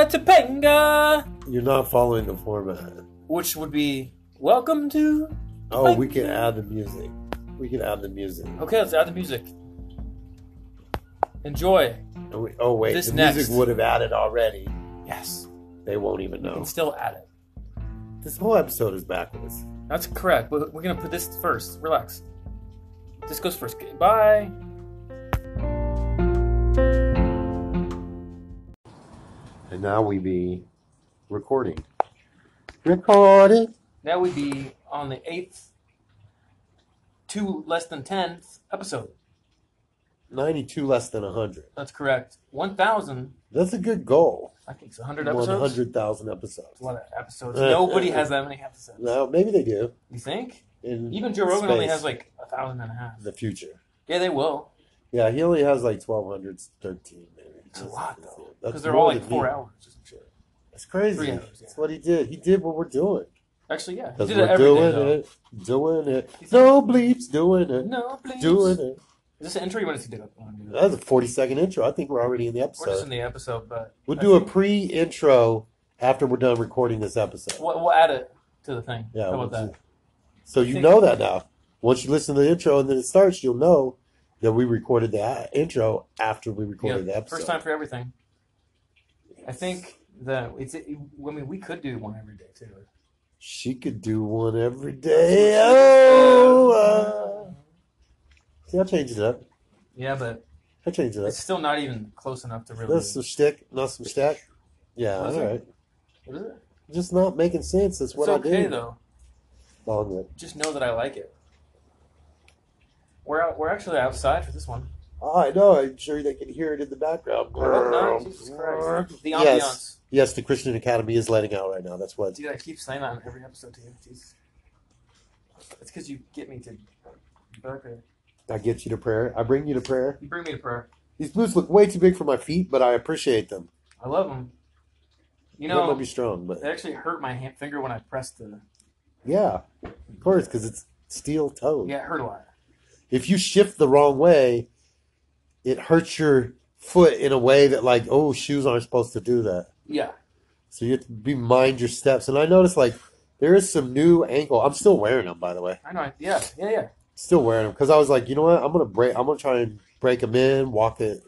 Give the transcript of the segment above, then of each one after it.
Topanga, You're not following the format. which would be welcome to. Oh, we can add the music. We can add the music. Okay, let's add the music. Enjoy. Oh, we- oh, wait, This the next. music would have added already. Yes, They won't even we know. can still add it. This whole episode is backwards. That's correct, but we're gonna put this first. Relax. This goes first. Bye. And now we be recording. Recording. Now we be on the eighth, two less than tenth episode. 92 less than 100. That's correct. One thousand. That's a good goal. I think it's hundred episodes. 100,000 episodes. It's a lot of episodes. Nobody has that many episodes. No, maybe they do. You think? In Even Joe Rogan only space, has like a thousand and a half. the future. Yeah, they will. Yeah, he only has like 1,200, 13 maybe. It's a lot though, That's because they're more all like than four me. hours. or some shit. That's crazy. Three hours, yeah. That's what he did. He did what we're doing. Actually, yeah, he Because did it we're every day. doing though. it, doing it. No bleeps, doing it, No, please. doing Is it. this an entry? What does he do? Wanna do That was a 40 second intro. I think we're already in the We're just in episode. the episode, but We'll I do a think pre intro after we're done recording this episode. We'll, we'll add it to the thing. Yeah, How we'll about that? do- So I you think- know that now. Once you listen to the intro and then it starts, you'll know that we recorded the a- intro after we Yeah, recorded the episode. first time for everything. I think that it's. It, I mean, we could do one every day too. She could do one every day. Oh, uh, see, I changed it up. yeah, but I changed it up. it's still not even close enough to really. That's some shtick, not some stack. Yeah, Was all it? right. What is it? Just not making sense. That's It's what I okay do. though. Long it. Just know that I like it. We're out, we're actually outside for this one. Ah, I know. I'm sure they can hear it in the background. I hope not. Oh, Jesus Christ. The ambiance. Yes. Yes, the Christian Academy is letting out right now. That's what. Dude, I keep saying that in every episode to you. Jesus. It's because you get me to. Okay. I get you to prayer. I bring you to prayer. You bring me to prayer. These boots look way too big for my feet, but I appreciate them. I love them. You they know, might be strong, but it actually hurt my hand, finger when I pressed the. yeah, of course, because it's steel toed. Yeah, it hurt a lot. If you shift the wrong way, it hurts your foot in a way that, like, oh, shoes aren't supposed to do that. Yeah. So you have to be mind your steps. And I noticed like there is some new ankle. I'm still wearing them, by the way. I know. I- Yeah. Yeah. Yeah. Still wearing them because I was like, you know what? I'm gonna break. I'm gonna try and break them in. Walk it,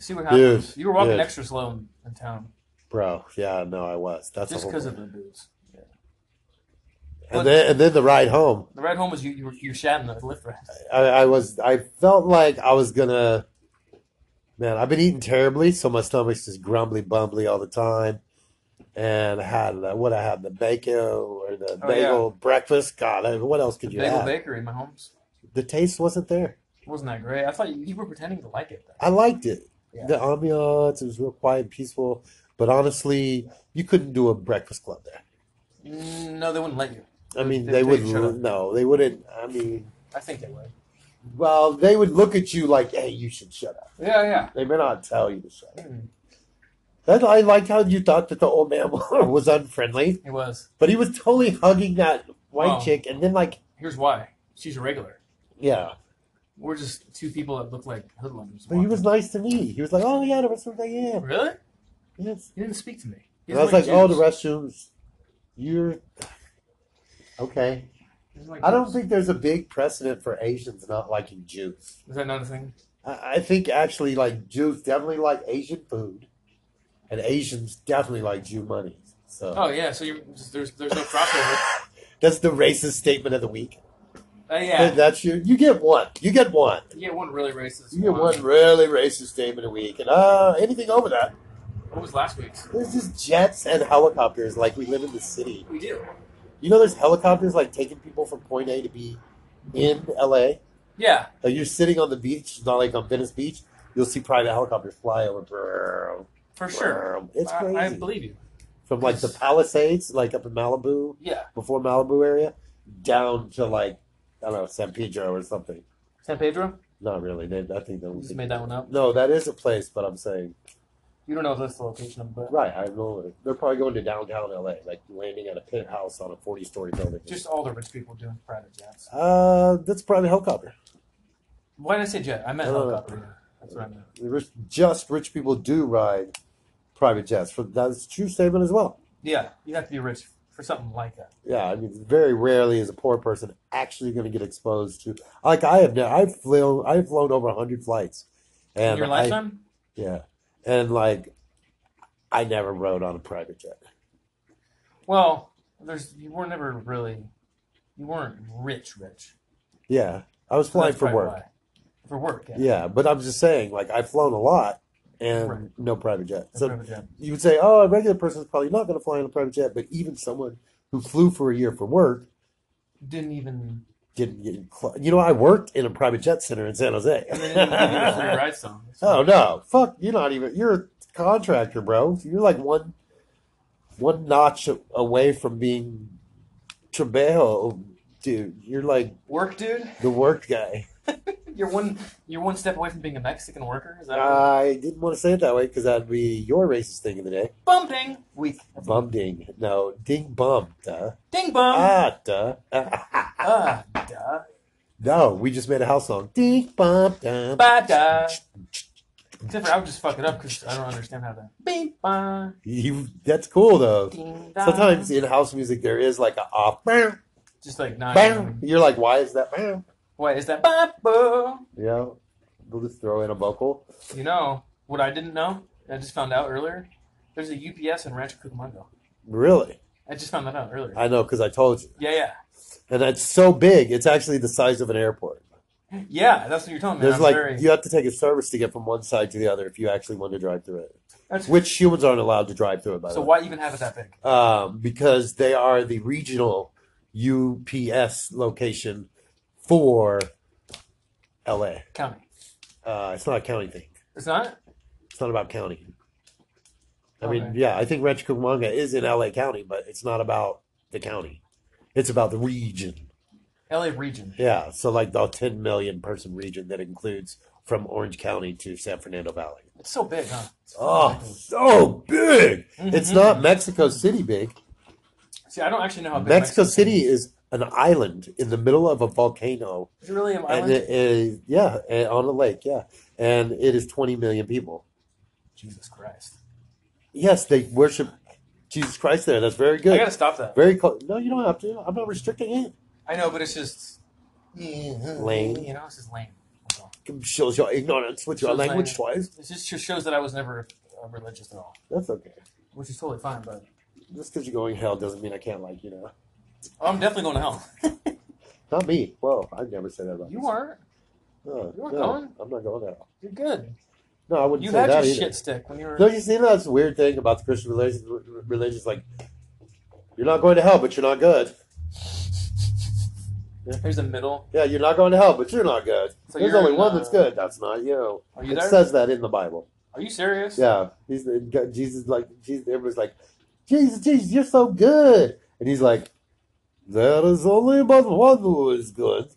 See what happens. Yes, you were walking yes. extra slow in, in town bro. Yeah, no, I was. That's a just whole because thing. of the booze. Yeah. And then and then the ride home. The ride home was you. You, were, you shat in the lift ride. I, I was. I felt like I was gonna. Man, I've been eating terribly, so my stomach's just grumbly, bumbly all the time. And I had uh, what I had the bacon or the Oh, bagel breakfast. God, I- what else could you Bagel have? bakery in my homes. the taste wasn't there. Wasn't that great? I thought you, you were pretending to like it. Though. I liked it. Yeah. The ambiance, it was real quiet and peaceful. But honestly, you couldn't do a breakfast club there. Mm, No, they wouldn't let you. I mean, They they would would take your shirt off. no, they wouldn't. I mean, I think they would. well, they would look at you like, "Hey, you should shut up." Yeah, They may not tell you to shut yeah. up. That, I liked how you thought that the old man was unfriendly, It was. but he was totally hugging that white Oh. chick, and then like, Here's why. She's a regular. yeah, We're just two people that look like hoodlums. but he was walking. nice to me. He was like, "Oh yeah, the restroom's like yeah, Really? yes." He didn't speak to me. He And I was doesn't like, "Oh, the Jews. restrooms, you're okay." He doesn't like I don't Jews. think there's a big precedent for Asians not liking Jews. Is that not a thing? I, I think actually, like Jews definitely like Asian food, and Asians definitely like Jew money. So Oh yeah. So you're just, there's there's no crossover. that's the racist statement of the week. Uh, yeah. That's your. You get one. You get one. You get one really racist. You get one. one really racist statement a week, and uh, anything over that, What was last week's? there's just jets and helicopters. Like we live in the city. We do. You know, there's helicopters like taking people from point A to B in LA. Yeah. Like you're sitting on the beach, not like on Venice Beach. You'll see private helicopters fly over. Brrr, For sure. brrr. It's I- crazy. I, believe you. From like the Palisades, like up in Malibu, Yeah. before Malibu area, down to like I don't know San Pedro or something. San Pedro. Not really. They, I think that You was just made that one up. no. That is a place, but I'm saying You don't know if that's the location, of but right. I know it. they're probably going to downtown LA, like landing at a penthouse on a 40 story building. just all the rich people doing private jets. uh, that's a private helicopter. Why did I say jet? I meant Uh, helicopter. That's what I meant. The rich- Just rich people do ride private jets. For that's a true statement as well. Yeah, you have to be rich for something like that. Yeah, I mean, very rarely is a poor person actually going to get exposed to. Like I have now, I've flown, I've flown over hundred flights, In and your I- lifetime? yeah, and like, I never rode on a private jet. Well, there's you were never really you weren't rich rich. Yeah, I was So flying that's for probably work. why. For work, yeah. Yeah, but I'm just saying, like, I've flown a lot and Right. no private jet. That's So private jet. you would say, oh, a regular person's probably not going to fly on a private jet, but even someone who flew for a year for work didn't even didn't get. Cl- you know, I worked in a private jet center in San they didn't even give you a free Jose. ride song. oh no, fuck! You're not even. You're a contractor, bro. You're like one, one notch a- away from being Trebejo, dude. You're like Work dude? the work guy. You're one you're one step away from being a Mexican worker? Is that Uh, what- I didn't want to say it that way because that'd be your racist thing of the day. bumping week. Bum ding. No, ding bum. Duh. Ding bum. Ah, duh. Ah, duh. no, we just made a house song. Ding bum. Dum. Ba da. Except for I would just fuck it up because I don't understand how to. Bing ba. You, that's cool though. Ding da. Sometimes in house music there is like a off. Bam, Just like not. bam. even- You're like, why is that? Bam. What is that? Ba bo. You know, they'll just throw in a vocal. You know what I didn't know? I just found out earlier. There's a UPS in Rancho Cucamonga. Really? I just found that out earlier. I know because I told you. Yeah, yeah, And that's so big. It's actually the size of an airport. yeah. That's what you're telling me. There's I'm like very- you have to take a service to get from one side to the other if you actually want to drive through it. That's- Which humans aren't allowed to drive through it. By the so way. why even have it that big? um, because they are the regional UPS location for LA. County. Uh, it's not a county thing. It's not. It's not about county. I mean, Okay. yeah, I think Rancho Cucamonga is in LA County, but it's not about the county. It's about the region. LA region. Yeah, so like the 10 million person region that includes from Orange County to San Fernando Valley. It's so big, huh? Oh, so big. It's Mhm. not Mexico City big. See, I don't actually know how big Mexico City is an island in the middle of a volcano Is it really an and island? it is yeah and on a lake yeah and it is 20 million people Jesus Christ! yes they worship jesus christ there that's very I good gotta stop that. very close no you don't have to i'm not restricting it I know, but it's just lame. You know, it's just lame. That's all. shows your ignorance with your Shows my- language twice It just just shows that I was never uh, religious at all, that's okay which is totally fine. But just because you're going to hell doesn't mean i can't like you know oh, I'm definitely going to hell. not me Whoa, i've never said that about You are. no, you weren't no, going? i'm not going to hell You're good. no i wouldn't You say had your that either shit stick when you were. don't you see that's the weird thing about the christian religion religions like you're not going to hell but you're not good There's a middle. Yeah, you're not going to hell, but you're not good. So There's you're only in, one uh, that's good. That's not you. Are you it there? says that in the Bible. Are you serious? Yeah, he's Jesus. Like Jesus, everybody's like, Jesus, Jesus, you're so good, and he's like, there is only but one who is good,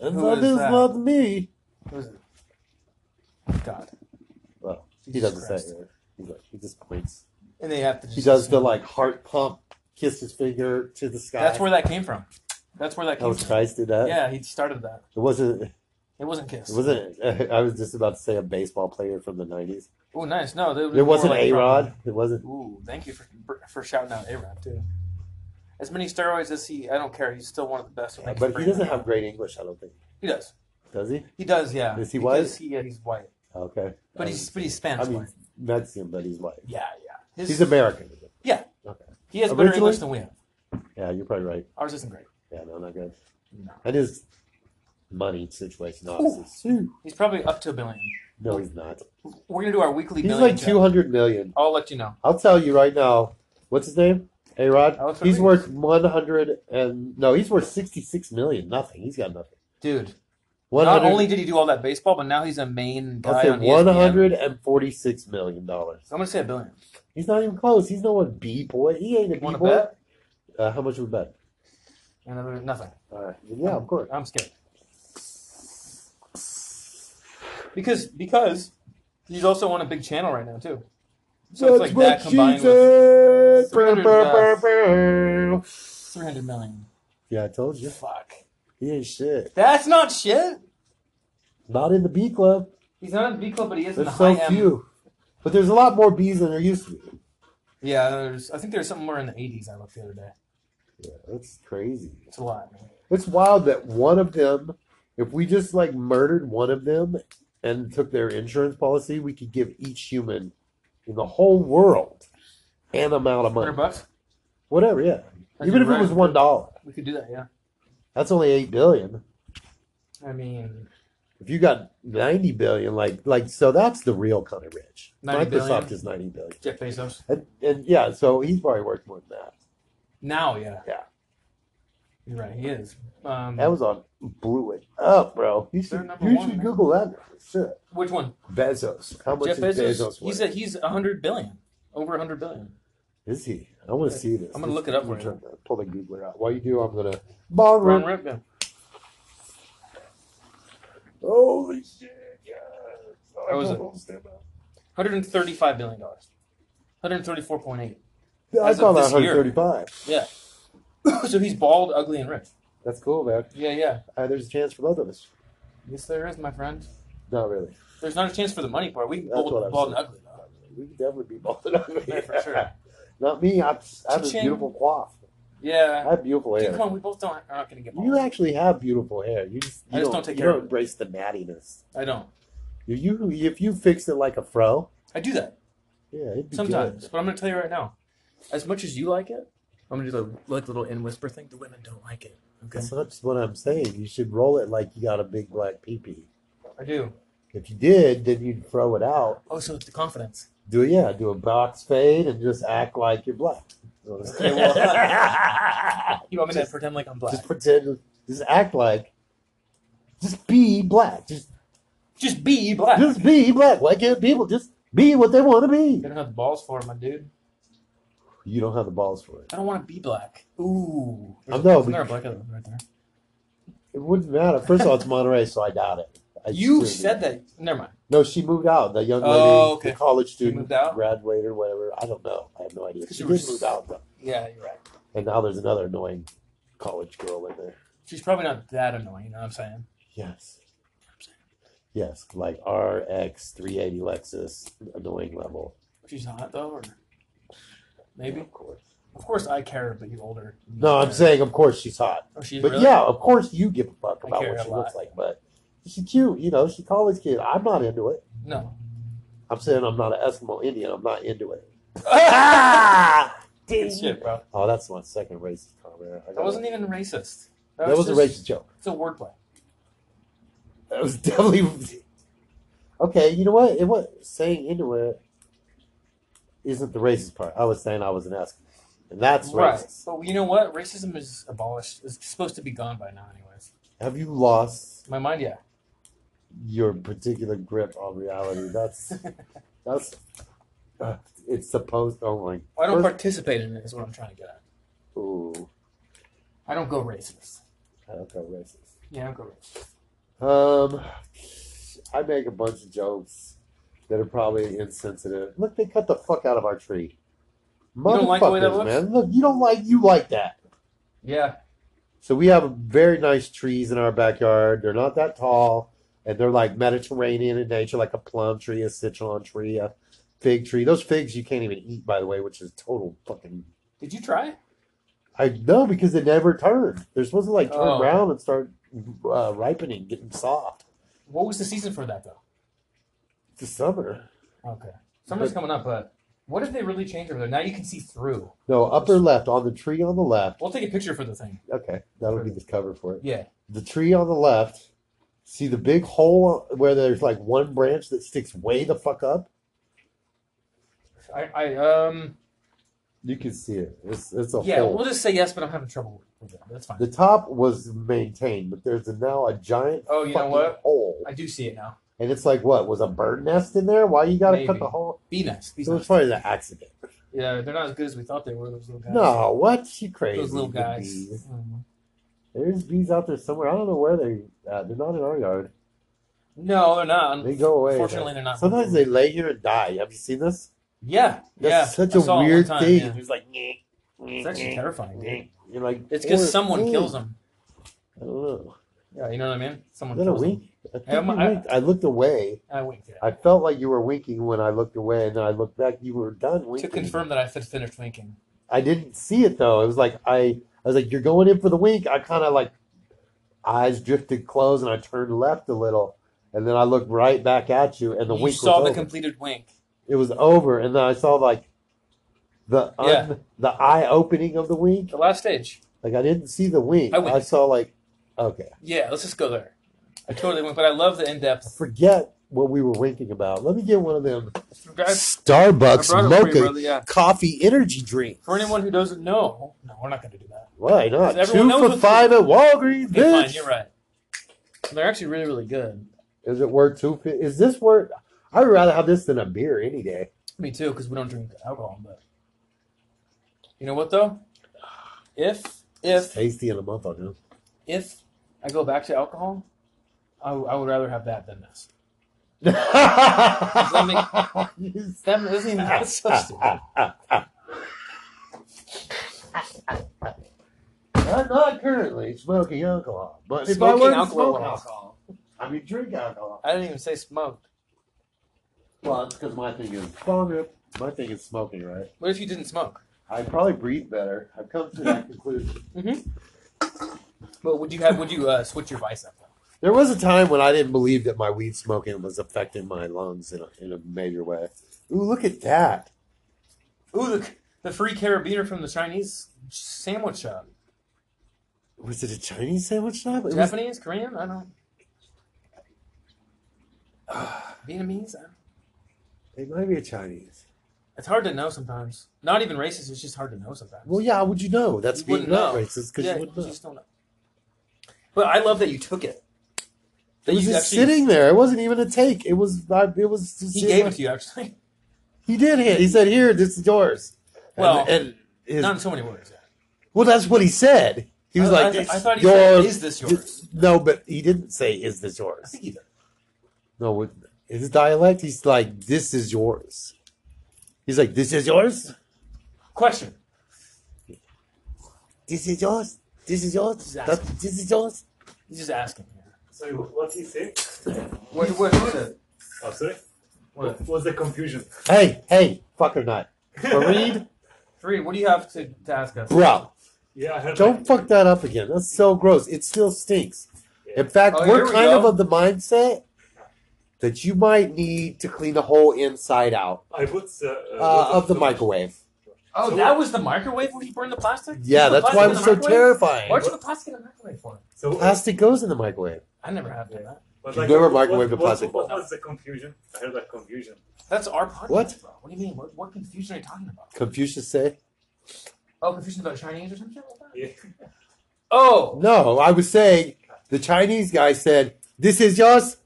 and Who that is is that? not me. Who is it? God. Well, he Jesus doesn't Christ. say it. He's like, he just points. And they have to. Just He does the like heart pump, kiss his finger to the sky. That's where that came from. That's where that that came was from. Christ did that. Yeah, he started that. it wasn't. It wasn't Kiss. It wasn't. I was just about to say a baseball player from the '90s. Oh, nice. No, they- they It wasn't were like um, A Rod. It wasn't. Ooh, thank you for for shouting out A Rod too. As many steroids as he, I don't care. He's still one of the best. when it comes to But he bringing doesn't them have up. great English, I don't think. He does. Does he? He does. Yeah. Is he Because white? He, yeah, he's white. Okay. But Um, he's but he's I Spanish. mean, white. Mexican, but he's white. Yeah, yeah. His, He's American. he has better originally- English than we have. Yeah, you're probably right. Ours isn't great. Yeah, no, not good. No. Oh, And his money situation, obviously. He's probably up to a billion. No, he's not. We're gonna do our weekly. He's billion like check. two hundred million. I'll let you know. I'll tell you right now. What's his name? A Rod. Alex He's Rodriguez. worth one hundred and no, he's worth sixty six million. Nothing. He's got nothing. Dude, One not hundred. only did he do all that baseball, but now he's a main guy I'll say on E ESPN. one hundred and forty six million dollars. I'm gonna say a billion. He's not even close. He's no one B boy. He ain't a B Wanna boy. bet? Uh, how much would we bet? Another nothing. All right. Yeah, of course. I'm scared. Because because he's also on a big channel right now too. So it's like that combined with said. 300 Brr, brr, brr, brr. three hundred million. Yeah, I told you. Fuck. He ain't shit. That's not shit. Not in the B club. He's not in B Club, but he is in the There's high so M. few. But there's a lot more bees than there used to be. Yeah, there's. I think there's somewhere in the 80s. I looked the other day. Yeah, that's crazy. It's a lot. Man. It's wild that one of them, if we just like murdered one of them and took their insurance policy, we could give each human in the whole world an amount of money. Hundred bucks. Whatever, yeah. That's Even if right. it was one dollar. We could do that. Yeah. That's only eight billion. I mean, If you got ninety billion, like like so that's the real kind of rich. 90 Microsoft billion. is ninety billion. Jeff Bezos. And, and yeah, so he's probably worth more than that. Now, yeah. Yeah. You're right. He is. Um, Amazon blew it up, bro. You They're should, number you one, should man. Google that. Shit. which one? Bezos. How much Jeff is Bezos. Bezos? he's worth? at he's 100 billion. Over 100 billion. Is he? I want to see this. I'm gonna look it up Let's- right Pull the Googler out. While you do, I'm gonna. Bong Ron rip. Ripken. Holy shit! Yeah. How is it? 135 billion dollars. 134.8. I As saw of that this year. 135. so he's bald, ugly, and rich. That's cool, man. Yeah, yeah. Uh, there's a chance for both of us. Yes, there is, my friend. Not really. There's not a chance for the money part. We can That's bald, what I'm bald and saying. ugly. though. We could definitely be both of them. Yeah, for sure. Not me. I, I have a Cha-ching. beautiful coif. I Yeah. have beautiful Dude, hair. come on, we both don't are not gonna get bald. You actually have beautiful hair. You just, you I just don't take you care of don't it. embrace the nattiness. I don't. You, you if you fix it like a fro, I do that yeah, it'd be sometimes. Good. But I'm gonna tell you right now. As much as you like it, I'm gonna do the like little in whisper thing. The women don't like it. Okay. That's not what I'm saying. You should roll it like you got a big black peepee. I do. If you did, then you'd throw it out. Oh, so it's the confidence. Do yeah, do a box fade and just act like you're black. Okay, well- You want me to pretend like I'm black? just Just, pretend, just act like, just be black. Just be black. just be black. Why can't people just be what they want to You be? don't have the balls for it, my dude. You don't have the balls for it. I don't want to be black. Ooh. I know, Isn't there a but- black elephant right there? It wouldn't matter. First of all, it's Monterey, so I doubt it. I You seriously- said that. Never mind. No, she moved out. The young lady, Oh, okay. the college student, moved out? graduated or whatever. I don't know. I have no idea. Because She you were did s- move out though, Yeah, you're right. and now there's another annoying college girl in there. She's probably not that annoying. You know what I'm saying? Yes. Yes, like RX 380 Lexus, annoying level. She's hot though, or maybe. Of course. Of course, I care, but you older. No, I'm saying, of course she's hot. Oh, she's but really? yeah, of course you give a fuck I about care what a she lot. looks like. But she's cute, you know, she college kid. I'm not into it. No. I'm saying I'm not an Eskimo Indian. I'm not into it. Good shit, bro. Oh, that's my second racist comment. I That gotta- wasn't even racist. that was was, a just- racist joke. It's a wordplay. That was definitely. Okay, you know what? It was saying into it isn't the racist part. I was saying I was an Eskimo. And that's right. racist. But you know what? Racism is abolished. It's supposed to be gone by now, anyways. Have you lost My mind, yeah. your particular grip on reality? That's that's uh, it's supposed. Oh my! I don't First- participate in it. Is what I'm trying to get at. Ooh, I don't go racist. I don't go racist. Yeah, I don't go racist. Um, I make a bunch of jokes that are probably insensitive. Look, they cut the fuck out of our tree. Motherfuckers, don't like the way that looks? man. Look, you don't like you like that. Yeah. So we have very nice trees in our backyard. They're not that tall, and they're like Mediterranean in nature, like a plum tree, a citron tree, a fig tree. Those figs you can't even eat, by the way, which is total fucking. Did you try? I know because they never turn. They're supposed to like turn Oh. brown and start uh, ripening, getting soft. What was the season for that though? It's summer. Okay. Summer's coming up, but what if they really change over there? Now you can see through. No, upper left on the tree on the left. We'll take a picture for the thing. Okay, that'll be the cover for it. Yeah. The tree on the left. See the big hole where there's like one branch that sticks way the fuck up. I, I um You can see it. It's it's a yeah, hole. we'll just say yes, but I'm having trouble with it. That's fine. The top was maintained, but there's now a giant Oh, you know fucking what? hole, I do see it now. and it's like what was a bird nest in there? Why you gotta cut Maybe. the hole? Be nice. Be So it's nice. probably an accident. Yeah, they're not as good as we thought they were. Those little guys. No, what? You crazy? those little the guys. bees. Mhm. There's bees out there somewhere. I don't know where they. Uh, they're not in our yard. No, they're not. They go away. Fortunately, they're not. Sometimes they lay here and die. Have you seen this? Yeah, That's yeah. such I a saw it one weird time, thing. yeah. It's like, "Nyeh, It's actually nyeh, terrifying. dude. nyeh." you're like, It's because "Poor someone thing." kills them. I don't know. Yeah, you know what I mean. Someone Is that a kills 'em. wing? I, think Am you I- winked. I looked away. I winked at it. I felt like you were winking when I looked away, and then I looked back. You were done To winking. confirm that I had finished winking. I didn't see it though. It was like I, I was like, "You're going in for the wink." I kind of like eyes drifted closed, and I turned left a little, and then I looked right back at you, and the you wink saw was the over. completed wink. it was over, and then I saw like the un, Yeah. the eye opening of the wink. The last stage. Like I didn't see the wink. I I, winked. saw like okay. Yeah, let's just go there. I totally went, but I love the in I depth. forget what we were winking about. Let me get one of them I brought Starbucks it for you, mocha brother, yeah. coffee energy drink. For anyone who doesn't know, no, we're not going to do that. Why not? Everyone Two knows for what's- five at Walgreens. Okay, fine, bitch. you're right. They're actually really, really good. Is it worth two? fi- Is this worth? I would rather have this than a beer any day. Me too, because we don't drink alcohol. But you know what though? If It's if tasty in a motherfucker. if I go back to alcohol, I, I would rather have that than this. that You That doesn't even that's so stupid. I'm not currently smoking alcohol, but if I Smoking were to alcohol. smoke alcohol, I mean drink alcohol. I didn't even say smoked. Well, it's because my thing is smoking. My thing is smoking, right? What if you didn't smoke? I probably breathe better. I've come to that conclusion. But would you have? Would you uh, switch your vice up? Though? There was a time when I didn't believe that my weed smoking was affecting my lungs in a, in a major way. Ooh, look at that! Ooh, the, the free carabiner from the Chinese sandwich shop. Was it a Chinese sandwich shop? It was Japanese, Korean, I don't. Vietnamese. I don't. It might be a Chinese. It's hard to know sometimes. Not even racist. It's just hard to know sometimes. Well, yeah. How would you know? That's You being wouldn't not know. racist because yeah, you wouldn't know. just don't know. But I love that you took it. it was you just actually- sitting there. It wasn't even a take. It was. I, it was. Just He gave it to you actually. He did. Hand. He said, "Here, this is yours." And- Well, and, his, Not in so many words. yeah. well, that's what he said. He was I- like, I, "It's I thought he yours." said, "Is this yours?" No, but he didn't say, "Is this I yours?" think he did. No, with his dialect, he's like, "This is yours." He's like, "This is yours. Question. This is yours. This is yours. That, this is yours." He's just asking. here. Sorry, what's he saying? What? What? What? Oh, sorry. what What's the confusion? Hey, hey, fucker nut, Fareed, three. What do you have to, to ask us? bro. Yeah, I heard. Don't fuck that up again. That's so gross. It still stinks. In fact, Oh, here we're we kind go. of of the mindset that you might need to clean the whole inside out I would. Uh, uh, uh, what's of the so- microwave. Oh, that was the microwave where you burned the plastic. Yeah, You put that's plastic why in I'm the so microwave? terrifying. Why'd you put plastic in the microwave for? So, uh, Plastic goes in the microwave. I never have done that. but You've never what- microwaved a what- plastic what- ball. What's the confusion? I heard that confusion. That's our podcast, What? bro. What do you mean? What, what confusion are you talking about? Confucius say? Oh, confusion about Chinese or something like that? Yeah. Oh, No, I was saying the Chinese guy said, "This is yours,"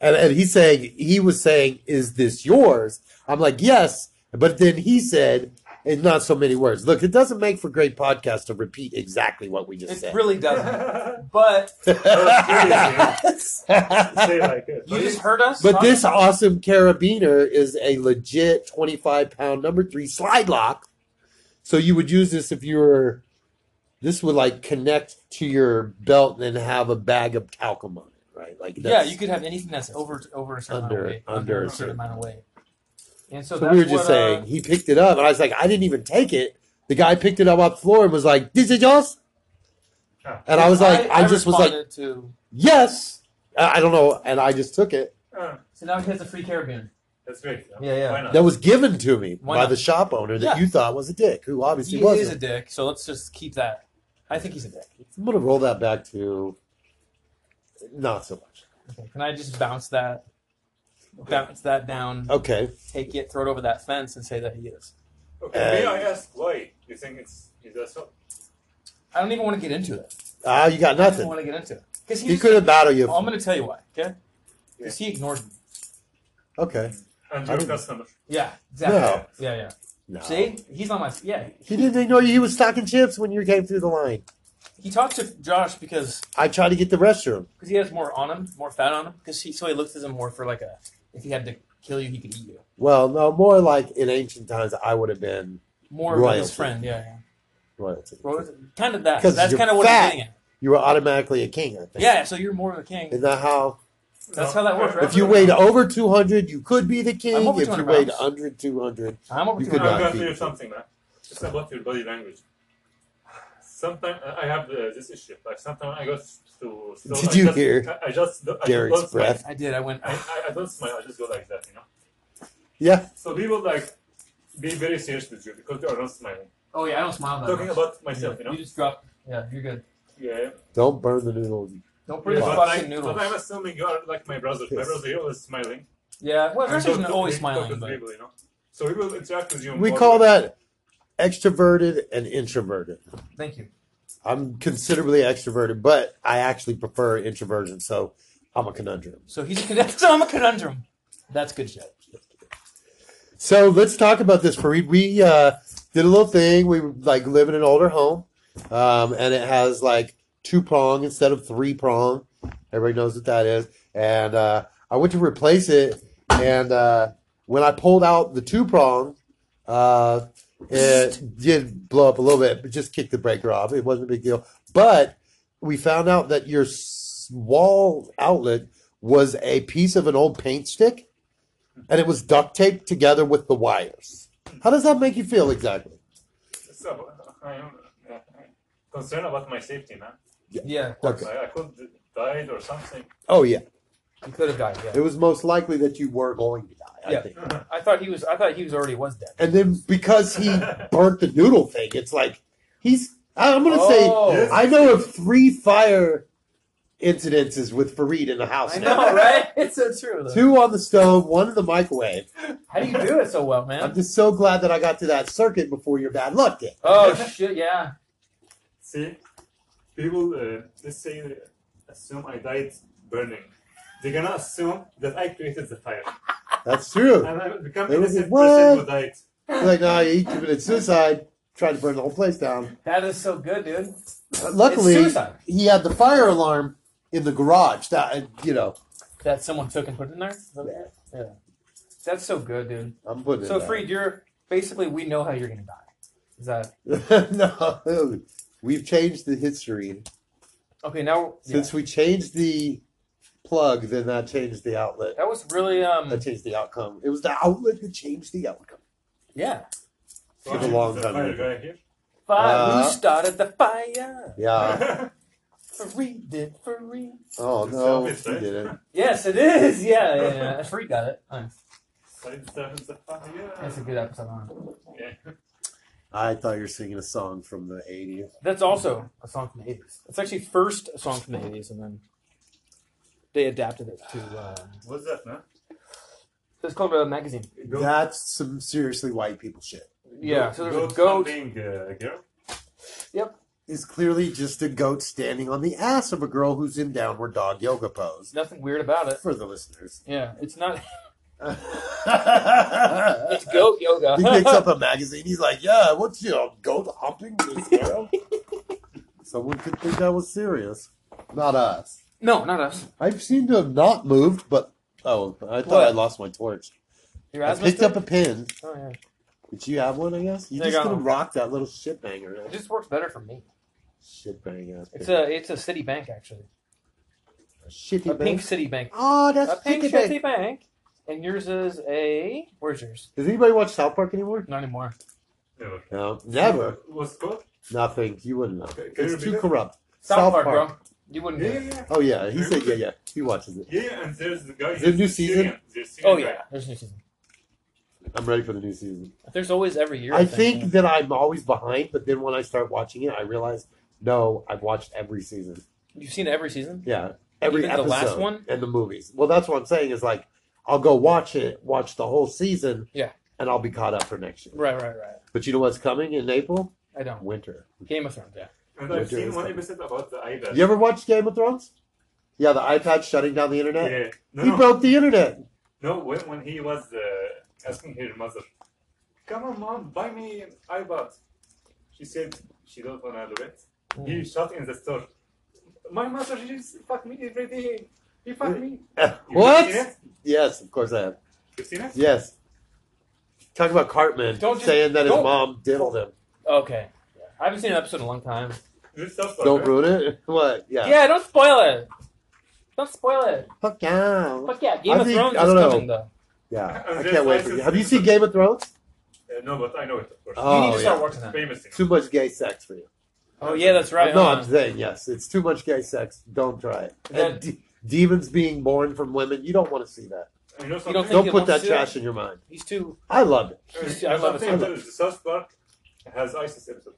and, and he's saying he was saying, "Is this yours?" I'm like, "Yes," but then he said, in not so many words. Look, it doesn't make for great podcast to repeat exactly what we just it said. really doesn't. Say But like uh, it. you just heard us. But talking this about- awesome carabiner is a legit 25 pound number three slide lock. So you would use this if you were, this would like connect to your belt and have a bag of talcum on it, right? Like yeah, you could have anything that's over over a certain Under- amount of weight, under a a certain certain- amount of weight. And so, So, that's we were just what, saying, uh, he picked it up and I was like, I didn't even take it. The guy picked it up off the floor and was like, this is yours? Ah. And I was like, I, just was like, responded to. yes. I I don't know. And I just took it. Ah, So now he has a free Caribbean. that's great. Yeah, yeah. Why not? That was given to me Why by not? the shop owner Yeah. that you thought was a dick, who obviously He wasn't. is a dick, so let's just keep that. I think he's a dick. I'm gonna roll that back to not so much. Okay, can I just bounce that, bounce that down, Okay. take it, throw it over that fence, and say that he is? Okay, Uh, may I ask why? You think it's is that so? I don't even want to get into it. Ah, you got I don't nothing. want to get into it because He could have battled you. Well, "Oh, I'm going to tell you why. Okay, because he ignored me. Okay. And I your didn't- customer. Yeah, exactly. No. Yeah, yeah. No. See, he's not my. Yeah, He didn't ignore you. He was stocking chips when you came through the line. he talked to Josh because I tried to get the restroom. because he has more on him, more fat on him. Because he so he looked at him more for like a if he had to kill you, he could eat you. Well, no, more like in ancient times, I would have been More of Royalty. his friend, yeah, yeah. royalty. Royalty- Kind of that. 'Cause That's you're kind of what fat. I'm getting at. you were automatically a king. I think. Yeah, so you're more of a king. Isn't that how? That's how that works, right? If you weighed over 200, you could be the king. I'm over If you 200 weighed pounds. under 200, I'm over You two could I'm hundred. not gonna be. tell you something, man. It's about your body language. Sometimes I have uh, this issue. Like sometimes I go to. so Did I you just, hear I, I just. I just Derek's don't smile. breath. I did. I went. I, I, I don't smile. I just go like that, you know. Yeah. So people like be very serious with you because they are not smiling. Oh yeah, I don't smile. That Talking much. about myself, you know. just drop. Yeah, you're good. Yeah. Don't burn the noodles. Don't bring Yeah, the but, fucking I, noodles. but I'm assuming you are like my brother. My Yes. brother here is smiling. yeah, well, And Russians talk are to- always talk to smiling, but people, you know. So we will interact with you. We more call with- that extroverted and introverted. thank you. I'm considerably extroverted, but I actually prefer introversion, so I'm a conundrum. So he's a conundrum. So I'm a conundrum. That's good shit. So let's talk about this, Fareed. We uh, did a little thing. We like live in an older home, um, and it has like two prong instead of three prong. Everybody knows what that is. And uh, I went to replace it, and uh, when I pulled out the two prong, uh, it did blow up a little bit, but just kicked the breaker off. It wasn't a big deal. But we found out that your s- wall outlet was a piece of an old paint stick and it was duct taped together with the wires. How does that make you feel exactly? It's about- I'm uh, concerned about my safety, man. Yeah, Okay. I, I could died or something. Oh yeah, he could have died. it Yeah, was most likely that you were going to die. I Yeah. think. I thought he was. I thought he was already was dead. And then because he burnt the noodle thing, it's like he's. I- I'm gonna say Yes. I know of three fire incidences with Farid in the house. I now. know, right? It's so true. Though. Two on the stove, one in the microwave. How do you do it so well, I'm man? just so glad that I got to that circuit before your bad luck did. Oh shit! Yeah. See, people, uh, let's say, uh, assume I died burning. They're gonna assume that I created the fire, That's true. and I will become They will be, innocent person "What?" who died. Like, nah, he committed suicide, tried to burn the whole place down. That is so good, dude. But luckily, it's suicide he had the fire alarm in the garage. That uh, you know, that someone took and put in there. Is that it? Yeah. That's so good, dude. I'm putting. So it Freed, you're basically we know how you're gonna die. Is that down. no, we've changed the history okay? Now yeah. since we changed the plug. Then that changed the outlet. that was really um That changed the outcome. It was the outlet that changed the outcome. yeah. So Took a I'm long the time fire to- guy here. Fire. Uh, who started the fire? Yeah. Freed did Freed. Ah. Oh It's no, obvious, we right? did it. Yes, it is. Yeah, yeah. yeah. Freed got it. Nice. So it's the- it's the fire. That's a good episode. Huh? Yeah. I thought you were singing a song from the '80s. That's also a song from the eighties. It's actually first a song from the eighties, and then they adapted it to. Uh, What's that, man? it's called a magazine. Goat- That's some seriously white people shit. Yeah, so there's a goat's goat. not Being uh, a girl. It's clearly just a goat standing on the ass of a girl who's in downward dog yoga pose. Nothing weird about it. For the listeners. Yeah, it's not. It's it's goat yoga. He picks up a magazine. He's like, "Yeah, what's your goat humping this girl?" Someone could think that was serious. Not us. no, not us. I seem to have not moved, but oh, I thought I What? lost my torch. Your I asthma picked stuff? up a pin. Oh yeah. Did you have one? I guess you There you just go. gonna rock that little shit banger. It just works better for me. Shit bang ass. It's pin. a it's a city bank actually. shitty A pink bank. city bank. Oh, that's A pink shitty city bank. bank. And yours is a where's yours? Does anybody watch South Park anymore? Not anymore. Never. No, never. What's it called? Nothing. You wouldn't know. Can- can you It's too repeat it? corrupt. South, Park, bro. You wouldn't. Yeah, get yeah, it. yeah. Oh yeah, he said yeah, yeah. He watches it. Yeah, yeah, and there's the guy. Is it new he's season? Syrian. There's Syrian Oh guy. yeah. There's new season. I'm ready for the new season. There's always every year. I think that I'm always behind, but then when I start watching it, I realize no, I've watched every season. you've seen every season. Yeah, every Even the episode last one? and the movies. Well, that's what I'm saying is like I'll go watch it, watch the whole season. Yeah. and I'll be caught up for next year. Right, right, right. But you know what's coming in April? I don't. Winter. Game of Thrones. Yeah. And I've Winter seen is one coming. episode about the iPad. You ever watch Game of Thrones? Yeah, the iPad shutting down the internet. Yeah. No, he no. broke the internet. No, when, when he was uh, asking her mother, "Come on, mom, buy me iPad," she said she don't wanna do it. He shot in the store. My mother, she fuck me every day. He fuck me. You what? seen it? Yes, of course I have. You seen it? Yes. Talk about Cartman Don't just- saying that his don't- mom diddled him. Okay. I haven't seen an episode in a long time. This uh, sounds like Don't her. ruin it. What? Yeah. Yeah. don't spoil it. Don't spoil it. Fuck yeah. Fuck yeah, Game I of think- Thrones I don't is know. coming though. Yeah. And I this can't wait for license you. Have you is- seen Game of Thrones? Uh, no, but I know it, of course. Oh, you need to start yeah. working on it. Famous thing. Too much gay sex for you. Oh yeah, that's right. no, huh? I'm saying yes. It's too much gay sex. Don't try it. That- and de- demons being born from women. You don't want to see that. You know don't something? think Don't it put that wants to? trash in your mind. He's too. er, I loved it. Uh, I love it so something much. that is- South Park has ISIS episode.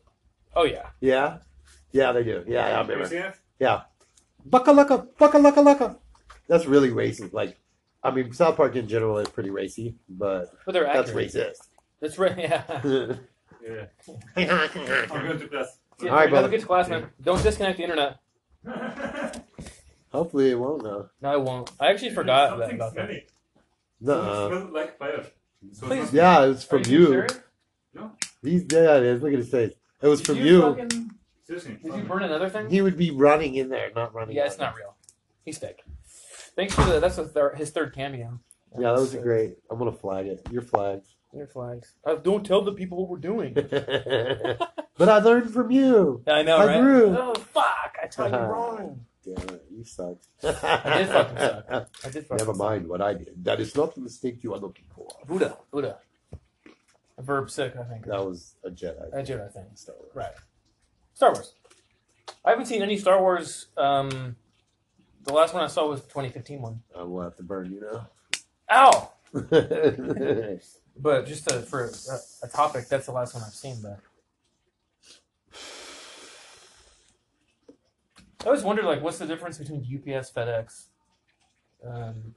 Oh yeah. Yeah. Yeah, they do. Yeah, I Have you remember. seen it? Buckalaka, buckalaka, laka. That's really racist. Like, I mean, South Park in general is pretty racy, but But they're that's accurate. racist. That's right. Yeah. Yeah. I'm Hopefully, going to class. Yeah, All another right, brother. good class, man. Don't disconnect the internet. it won't though. No, I won't. I actually forgot that Something about that. smelly. Nuh-uh. Smells like fire. So Please. it's not- Yeah, it's from you. No. These yeah, it is. Look at his face. It was from you. fucking- Seriously. did you burn another thing? He would be running in there, not running. Yeah, it's out. not real. He's fake. Thanks for the. That's a thir- his third cameo. Yeah, that was a Uh, great. I'm gonna flag it. Your flags. Your flags. Uh, don't tell the people what we're doing. but I learned from you. I know, I right? grew. Oh fuck! I tell you wrong. Damn it, you suck. did fucking suck. I did fucking Never mind what I did. That is not the mistake you are looking for. Buddha. Buddha. A verb sick, I think. That was a Jedi. A Jedi thing. Star Wars. Right. Star Wars. I haven't seen any Star Wars. Um, the last one I saw was the 2015 one. I will have to burn you now. Ow! But just to, for a, a topic, that's the last one I've seen. But I always wondered, like, what's the difference between UPS, FedEx? Um,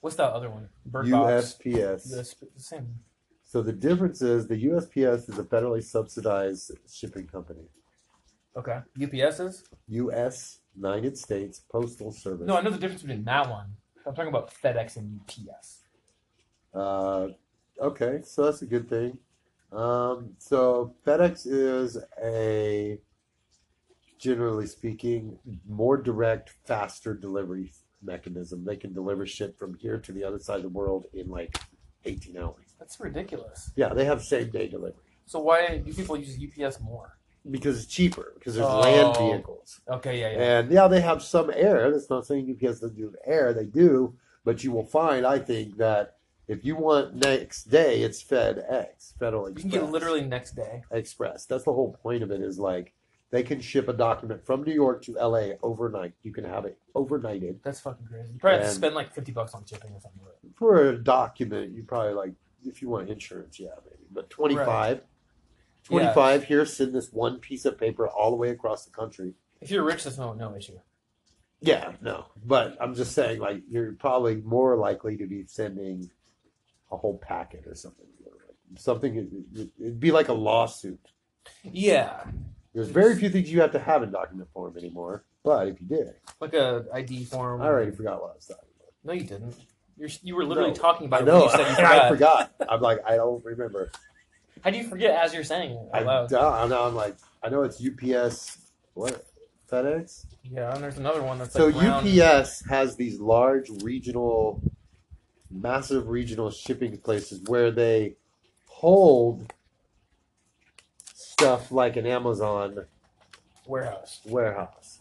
what's that other one? Bird Box. USPS. The, sp- the same. So the difference is the USPS is a federally subsidized shipping company. Okay. UPSs. U.S. United States Postal Service. No, I know the difference between that one. I'm talking about FedEx and UPS. Uh, okay, so that's a good thing. Um, so FedEx is a, generally speaking, more direct, faster delivery mechanism. They can deliver shit from here to the other side of the world in like 18 hours. That's ridiculous. Yeah, they have same day delivery So why do people use UPS more? because it's cheaper because there's Oh. land vehicles. Okay, yeah, yeah. And yeah, they have some air. That's not saying UPS doesn't do air. They do, but you will find, I think, that if you want next day, it's FedEx, Federal You Express. can get literally next day. Express. That's the whole point of it. Is like they can ship a document from New York to LA overnight. You can have it overnighted That's fucking crazy. You probably have to And- spend like fifty bucks on shipping or something. for a document. You probably like if you want insurance, yeah, maybe, but twenty five. 25 here send this one piece of paper all the way across the country If you're rich, that's no no issue. Yeah, no, but I'm just saying, like, you're probably more likely to be sending a whole packet or something. Something it'd be like a lawsuit. Yeah, There's very few things you have to have in document form anymore, but if you did, like a ID form. I already forgot what I was talking about. No, you didn't. You're, you were literally No. talking about I it know, when you said you I forgot. forgot. I'm like, I don't remember. How do you forget as you're saying it? I out loud? don't. Now I'm like, I know it's UPS. What FedEx? Yeah, and there's another one that's So like round. UPS has these large regional, massive regional shipping places where they hold stuff like an Amazon warehouse. warehouse.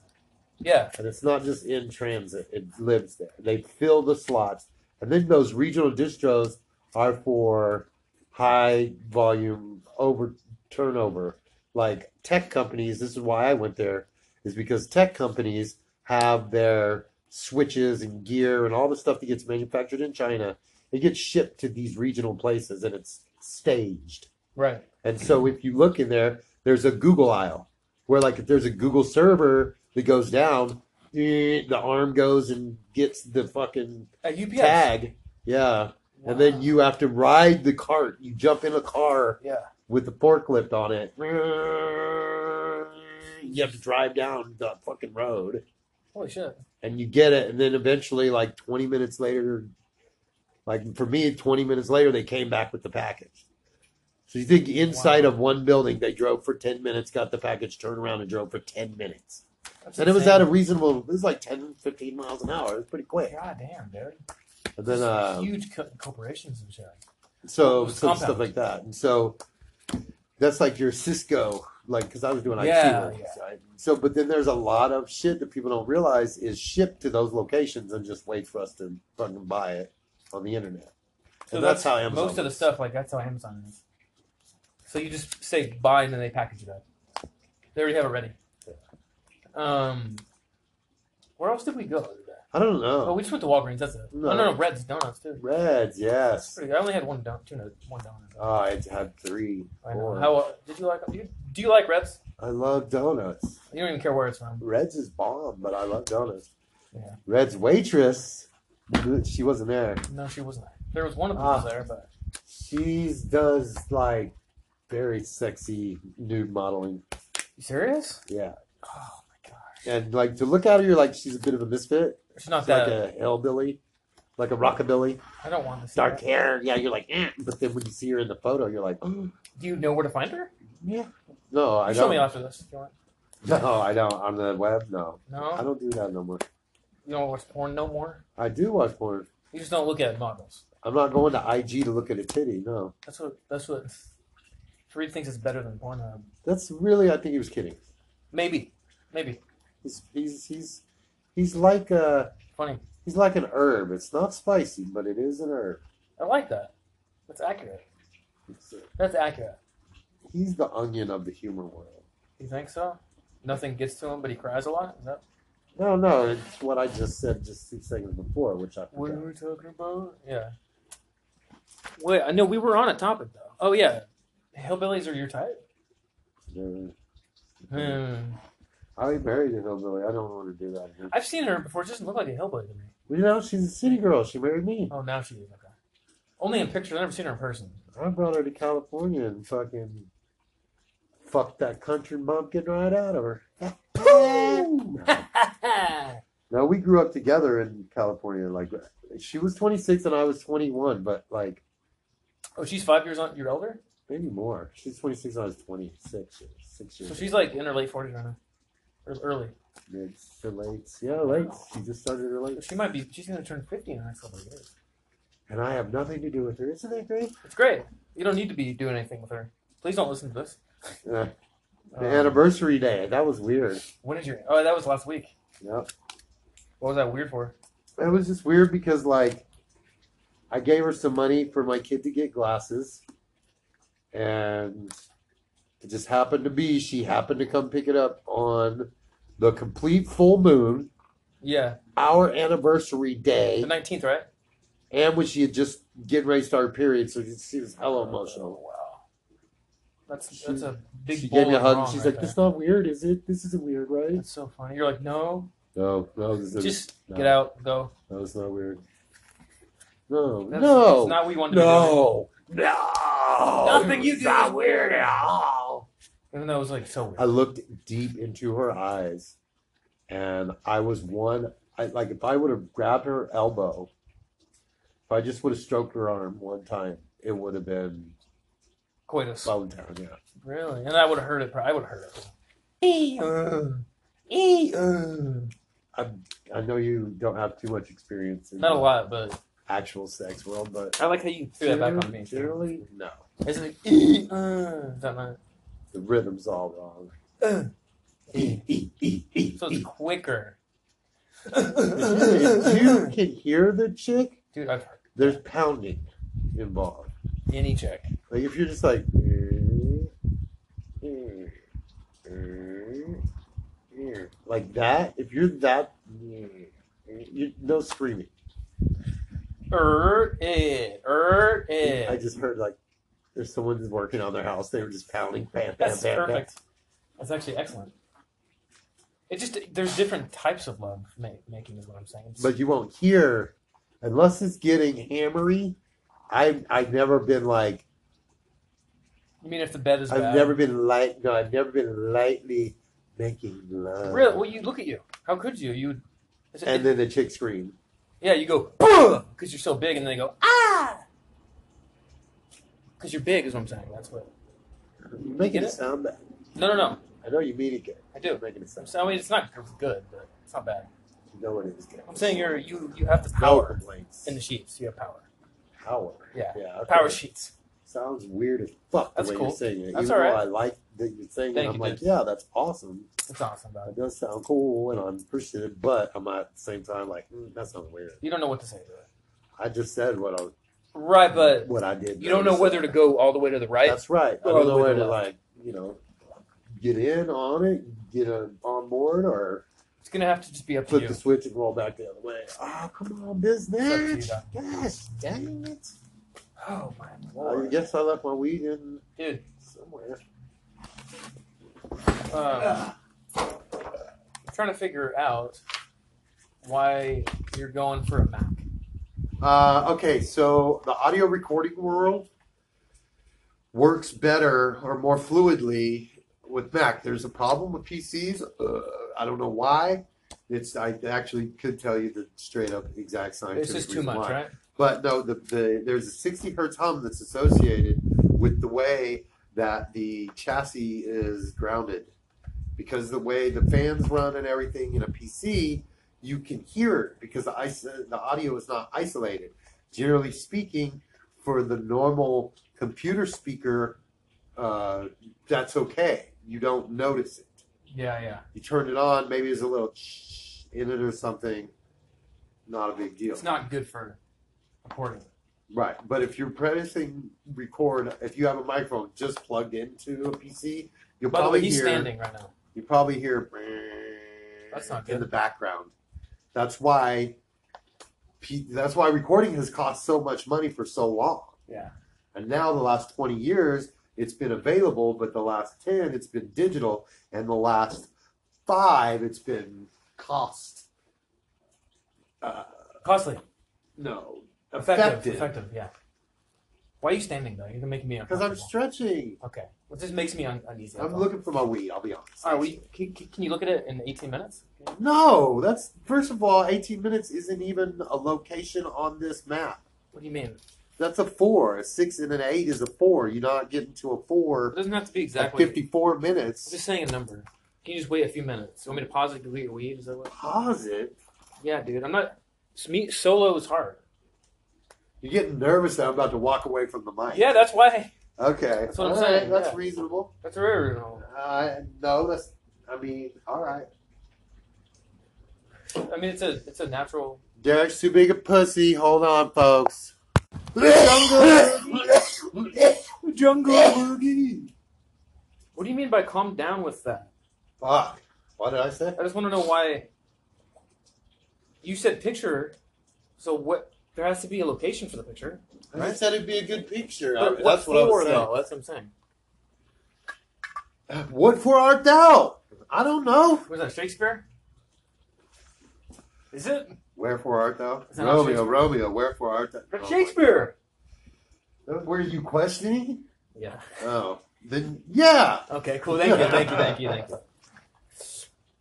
Yeah, And it's not just in transit, it lives there. They fill the slots. And then those regional distros are for high volume over turnover. Like tech companies, this is why I went there, is because tech companies have their switches and gear and all the stuff that gets manufactured in China. It gets shipped to these regional places and it's staged. right. And so if you look in there, there's a Google aisle where like if there's a Google server that goes down, eh, the arm goes and gets the fucking At UPS. tag. Yeah. And then you have to ride the cart. You jump in a car Yeah. with the forklift on it. You have to drive down the fucking road Holy shit. and you get it. And then eventually, like 20 minutes later, like for me, 20 minutes later, they came back with the package. So you think inside of one building, they drove for 10 minutes, got the package, turned around, and drove for 10 minutes. That's And it was insane. at a reasonable, it was like 10, 15 miles an hour. It was pretty quick. God damn, dude. And then, uh, huge co- corporations and shit. so, It was so stuff compound. like that. And so that's like your Cisco, like because I was doing Yeah, IT. work, yeah. right? So, but then there's a lot of shit that people don't realize is shipped to those locations and just wait for us to fucking buy it on the internet. So and that's, how Amazon. most of the stuff, like that's how Amazon is. So you just say buy and then they package it up. They already have it ready. Um, where else did we go? the other day? I don't Oh, know. we just went to Walgreens. That's it. No, No. no, no. Red's Donuts too. Reds, Pretty yes. good. I only had one donut. Two no, one donut. Oh, I had three. I know. four. How uh, did you like? Do you, do you like Red's? I love donuts. You don't even care where it's from. Reds is bomb, but I love donuts. Yeah. Red's waitress, she wasn't there. No, she wasn't. There, There was one of them Ah. was there, but She does like very sexy nude modeling. you serious? Yeah. Oh my god, And like to look at her, you're like, she's a bit of a misfit. she's not She's like that. a hillbilly, like a rockabilly. I don't want this. Dark hair. Yeah, you're like, eh. but then when you see her in the photo, you're like, oh, Do you know where to find her? yeah. No, I You show me don't. after this if you want. No, I don't. On the web, no. No, I don't do that no more. you don't watch porn no more. I do watch porn. You just don't look at models. I'm not going to IG to look at a titty. No. That's what. That's what. Fareed thinks it's better than Pornhub. That's really, I think he was kidding. Maybe, maybe He's, he's, he's, he's like a. funny. He's like an herb. It's not spicy, but it is an herb. I like that. That's accurate. It's, That's accurate. he's the onion of the humor world. You think so? Nothing gets to him, but he cries a lot. Is that No, no, it's what I just said just two seconds before, which I what we forgot. were talking about? Yeah. Wait, I know we were on a topic though. Oh yeah, hillbillies are your type. Yeah. Hmm. I married a hillbilly. I don't want to do that. I've seen her before. She doesn't look like a hillbilly to me. You know, she's a city girl. She married me. Oh, now she is okay. Only in pictures. I've never seen her in person. I brought her to California and fucking fucked that country bumpkin right out of her. Boom! Now we grew up together in California. Like she was 26 and I was 21, but like oh, she's five years on. You're older, Maybe more. She's 26. I was 26. or Six years. so she's like in her late forties right now, or early. mid to late. Yeah, late. She just started her late. She might be. She's gonna turn fifty in the next couple of years. And I have nothing to do with her. Isn't that great? It's great. You don't need to be doing anything with her. Please don't listen to this. Uh, the Um, anniversary day. That was weird. When is your? Oh, that was last week. Yep. What was that weird for? It was just weird because like I gave her some money for my kid to get glasses, and it just happened to be she happened to come pick it up on the complete full moon, Yeah, our anniversary day. the nineteenth, right? and when she had just getting ready to start her period, so she, she was hella emotional. wow. That's She- that's a big. she bowl gave me a of hug. and wrong She's right like, there. "That's not weird, is it? This isn't weird, right?" that's so funny. You're like, no, No, no, this is just no. get out, go. No, it's not weird. No, That's, no, that's not what you wanted to be doing. no, no. Nothing you It's do not is weird weird. at all. Even though it was like so weird. I looked deep into her eyes, and I was one. I like if I would have grabbed her elbow, if I just would have stroked her arm one time, it would have been Coitus. bone down. Yeah. Really? And I would have heard it. pro- I would have heard it. Ee, uh, ee, uh. I'm, I know you don't have too much experience in Not a the lot, but actual sex world, but I like how you threw that back on me. Generally, no, It's like, ee, uh. Is that not? the rhythm's all wrong. Uh. E, e, e, e, So it's e. quicker. If you can hear the chick, Dude, I've heard there's pounding involved. any chick. Like if you're just like, "Mm, mm, mm, mm," like that, if you're that, "Mm, mm," you, no screaming. Er, eh, er, eh. I just heard like there's someone who's working on their house. They were just pounding, bam, bam, That's bam, bam. perfect. That's actually excellent. It just there's different types of love ma- making is what I'm saying. but you won't hear unless it's getting hammery. I've I've never been like you mean if the bed is I've bad? never been light. No, I've never been lightly making love. Really? Well, you look at you. How could you? You. would- it's- And then the chick scream. yeah, you go because you're so big, and then they go ah because you're big is what I'm saying. That's what. You're making Get it it? sound bad. No, no, no. I know you mean it good. I do. You're making it I'm sound. saying, I mean, it's not good, but it's not bad. You know what it is good. I'm saying you're you you have the power power complaints. in the sheets. You have power. power. Yeah. Yeah. okay. Power sheets. sounds weird as fuck the That's way cool. you're saying it. That's Even all though right. I like that you're saying Thank it, I'm you, like, dude. yeah, that's awesome. That's awesome, dog. That does sound cool, and I'm appreciative, but I'm at the same time like, mm, that sounds weird. You don't know what to say to it. I just said what I was, Right, but what I did. you don't know whether to go all the way to the right. That's right. I Or don't know with whether to the left. like, you know, get in on it, get on on board, or It's gonna have to just be up to flip you. the switch and roll back the other way. Oh, come on, business! It's up Gosh, dang it! Oh my I lord, guess I left my weed in dude. somewhere. Um, I'm trying to figure out why you're going for a Mac. Uh, okay, so the audio recording world works better or more fluidly with Mac. There's a problem with PCs. Uh, I don't know why. It's I actually could tell you the straight up exact scientific It's just too reason much, why. right? But no, the, the there's a 60 hertz hum that's associated with the way that the chassis is grounded, because the way the fans run and everything in a PC, you can hear it because the iso- the audio is not isolated. Generally speaking, for the normal computer speaker, uh, that's okay. You don't notice it Yeah, yeah. you turned it on, maybe there's a little in it or something. Not a big deal. It's not good for recording. right. But if you're pressing record, if you have a microphone just plugged into a PC, you'll By the probably way, he's hear standing right now. you probably hear That's not in good. the background. That's why P- that's why recording has cost so much money for so long. Yeah. And now the last 20 years, it's been available, but the last 10, it's been digital, and the last five, it's been cost. Uh, Costly. no, Effective. effective. Effective. Yeah. Why are you standing though? You're making me Because I'm uncomfortable. stretching. okay. Well, this makes me un- uneasy. I'm looking for my weed. I'll be honest. All right. Well, you, can, can can you look at it in 18 minutes? No, that's first of all, 18 minutes isn't even a location on this map. What do you mean? That's a four. A six and an eight is a four. You're not getting to a It four doesn't have to be at exactly. 54 I'm minutes. just saying a number. Can you just wait a few minutes? You want me to pause it to delete your weed? Is that what? Pause it. Yeah, dude. I'm not. s- Me, solo is hard. You're getting nervous that I'm about to walk away from the mic. Yeah, that's why. Okay. That's what I'm All right, saying, That's yeah. reasonable. That's very reasonable. Uh, no, that's. I mean, all right. I mean, it's a it's a natural. Derek's too big a pussy. Hold on, folks. Jungle boogie. What do you mean by calm down with that? Fuck. What did I say? I just want to know why. You said picture, so what? There has to be a location for the picture. I said it'd be a good picture. I- But that's what I for, was saying. though? That's what I'm saying. What for art thou? I don't know. Was that Shakespeare? Oh Is it? Wherefore art thou? Is that not Romeo, Shakespeare? Romeo, wherefore art thou? That's Shakespeare. Oh, were you questioning? Yeah. Oh. Then, yeah. Okay. Cool. Thank you. Thank you. Thank you. Thank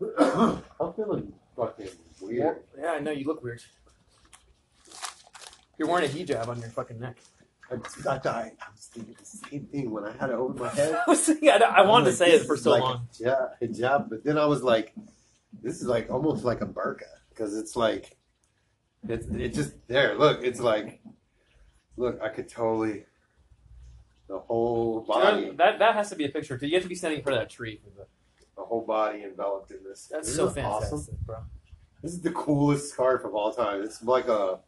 you. I'm feeling fucking weird. Yeah, I know you look weird. You're wearing a hijab on your fucking neck. I, I, I was thinking the same thing when I had it over my head. I was thinking, I, I wanted to Like, say this it for is so like long. A hijab, hijab, but then I was like, this is like almost like a burqa because it's like, it's it's just there. Look, it's like, look, I could totally the whole body, Dude, that that has to be a picture. Dude, you have to be standing in front of that tree. the whole body enveloped in this. That's Isn't so this fantastic, Awesome? bro. This is the coolest scarf of all time. It's like a,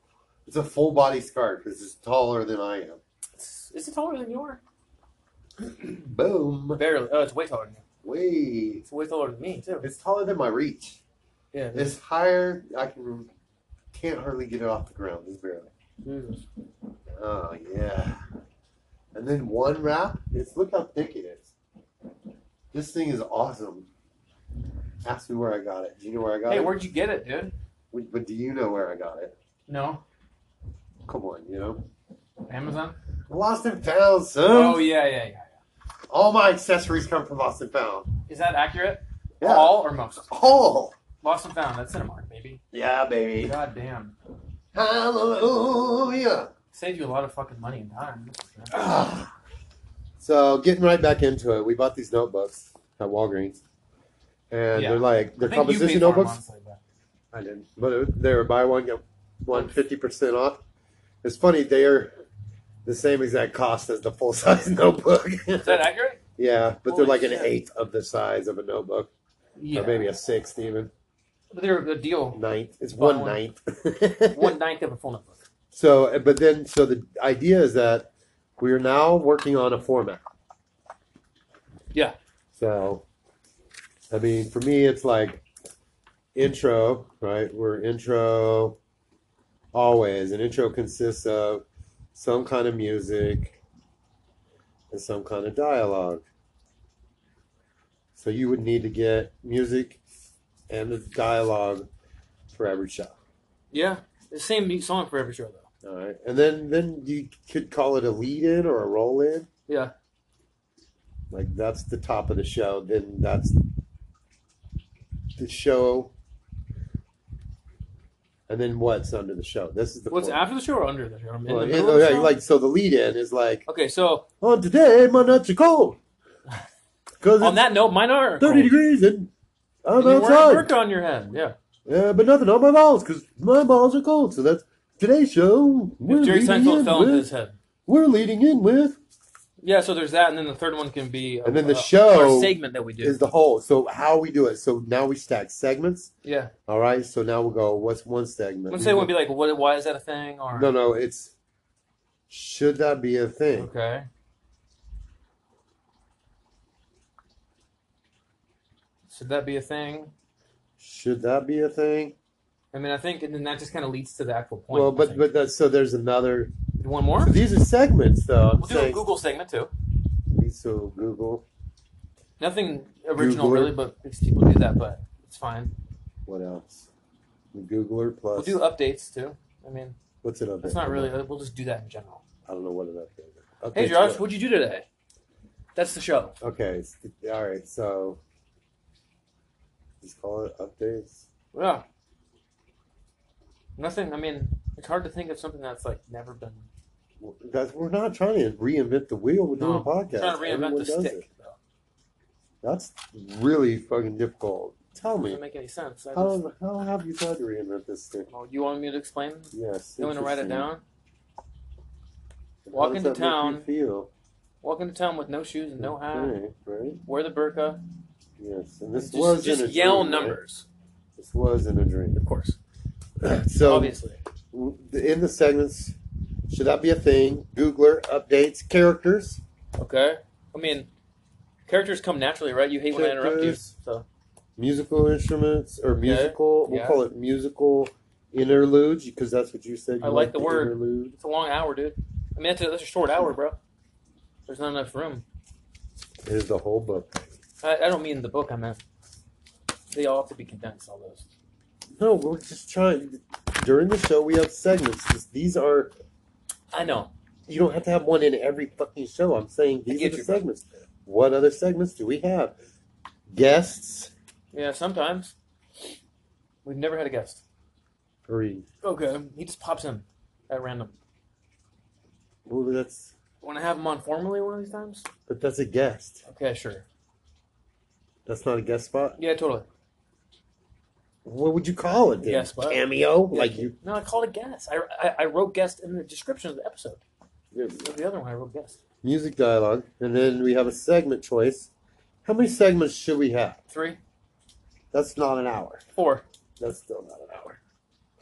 it's a full body scarf because it's taller than I am. Is it taller than you are? Boom, Barely. Oh, it's way taller than you. way. It's way taller than me too. It's taller than my reach. Yeah. It's higher. I can can't hardly get it off the ground. Just barely. Jesus. Oh yeah. And then one wrap. It's look how thick it is. This thing is awesome. Ask me where I got it. Do you know where I got Hey, it? where'd you get it, dude? Wait, But do you know where I got it? No, Come on, you know. Amazon. Lost and found, son. Oh yeah, yeah, yeah. All my accessories come from Lost and Found. Is that accurate? Yeah. All or most? All. Lost and found. That's Cinemark, baby. Yeah, baby. God damn. Hallelujah. Saved you a lot of fucking money and time. Ah. So getting right back into it, we bought these notebooks at Walgreens, and Yeah. they're like they're I think you paid composition for 'em, notebooks. honestly, but- I didn't, but it, they were buy one get one fifty percent off. It's funny they are the same exact cost as the full size notebook. Is that accurate? yeah, but Holy they're like an shit. eighth of the size of a notebook, Yeah. or maybe a sixth, even But they're a deal. ninth. It's Buy one one. ninth. One ninth of a phone book. So, but then, so the idea is that we are now working on a format. Yeah. So, I mean, for me, it's like intro, right? We're intro always. An intro consists of some kind of music and some kind of dialogue. So, you would need to get music and the dialogue for every show. Yeah. The same new song for every show though. All right, and then then you could call it a lead in or a roll in. Yeah. Like that's the top of the show. Then that's the show. And then what's under the show? This is the What's point. after the show or under the show? Or in the Well, oh, middle of the yeah, show? like so the lead in is like okay, so on today my nuts are cold because on it's that note, mine are thirty degrees and I'm And you wear a outside. burka on your head. Yeah. Yeah, but nothing on my balls because my balls are cold. So that's today's show. We're If Jerry leading Seinfeld in fell into with- his head. we're leading in with Yeah, so there's that, and then the third one can be a, And then the a- show or a segment that we do. is the whole. So how we do it. So now we stack segments. yeah, All right. So now we'll go. What's one segment? Mm-hmm. let's say it would be like, what? Why is that a thing? Or No, no. It's should that be a thing? okay, should that be a thing? Should that be a thing? I mean, I think, and then that just kind of leads to the actual point. Well, I but think. but that's, so there's another. one more. So these are segments, though. I'm we'll do a saying. Google segment too. So Google, Nothing original, Googler. really, but because people do that, but it's fine. what else? The Googler We'll plus. do updates too. I mean, what's it up? that's there? not really. uh, We'll just do that in general. I don't know what it up there. Hey, Okay, Josh, so- what'd you do today? That's the show. Okay. it's- All right. So just call it updates. Yeah. Nothing. I mean, it's hard to think of something that's like never been. Guys, we're not trying to reinvent the wheel. We're doing No, a podcast. trying to reinvent Everyone the does stick. it. Though. That's really fucking difficult. Tell me, Doesn't make any sense. I just, how, how have you tried to reinvent this stick? well, you want me to explain? Yes. You want to write it interesting. down? How Walk does into that make you town. Feel Walk into town with no shoes and no hat. Okay, right? Wear the burqa. Yes. And this just was just in a yell dream, right? numbers, This was in a dream. of course. so Obviously, w- in the segments, should that be a thing? Googler updates characters. okay. I mean, characters come naturally, right? You hate when I interrupt you, Characters. so musical instruments or musical. We'll yeah. call it musical interludes because that's what you said. You I like the word. interlude. it's a long hour, dude. I mean, that's a, that's a short hour, bro. There's not enough room. It is the whole book. I, I don't mean the book. I meant they all have to be condensed. All those. No, we're just trying. During the show, we have segments. This- These are I know. you don't have to have one in every fucking show. I'm saying these are get the you, bro. segments. What other segments do we have? Guests. Yeah, sometimes. We've never had a guest. Three. Okay. He just pops in at random. Well, that's Want to have him on formally one of these times? but that's a guest. Okay, sure. That's not a guest spot. Yeah, totally. What would you call it? Then? Guest spot. Cameo. Like you. No, I called it guest. I, I, I wrote guest in the description of the episode. Of the other one, I wrote guest. music dialogue, and then we have a segment choice. How many segments should we have? Three, That's not an hour. four. That's still not an hour.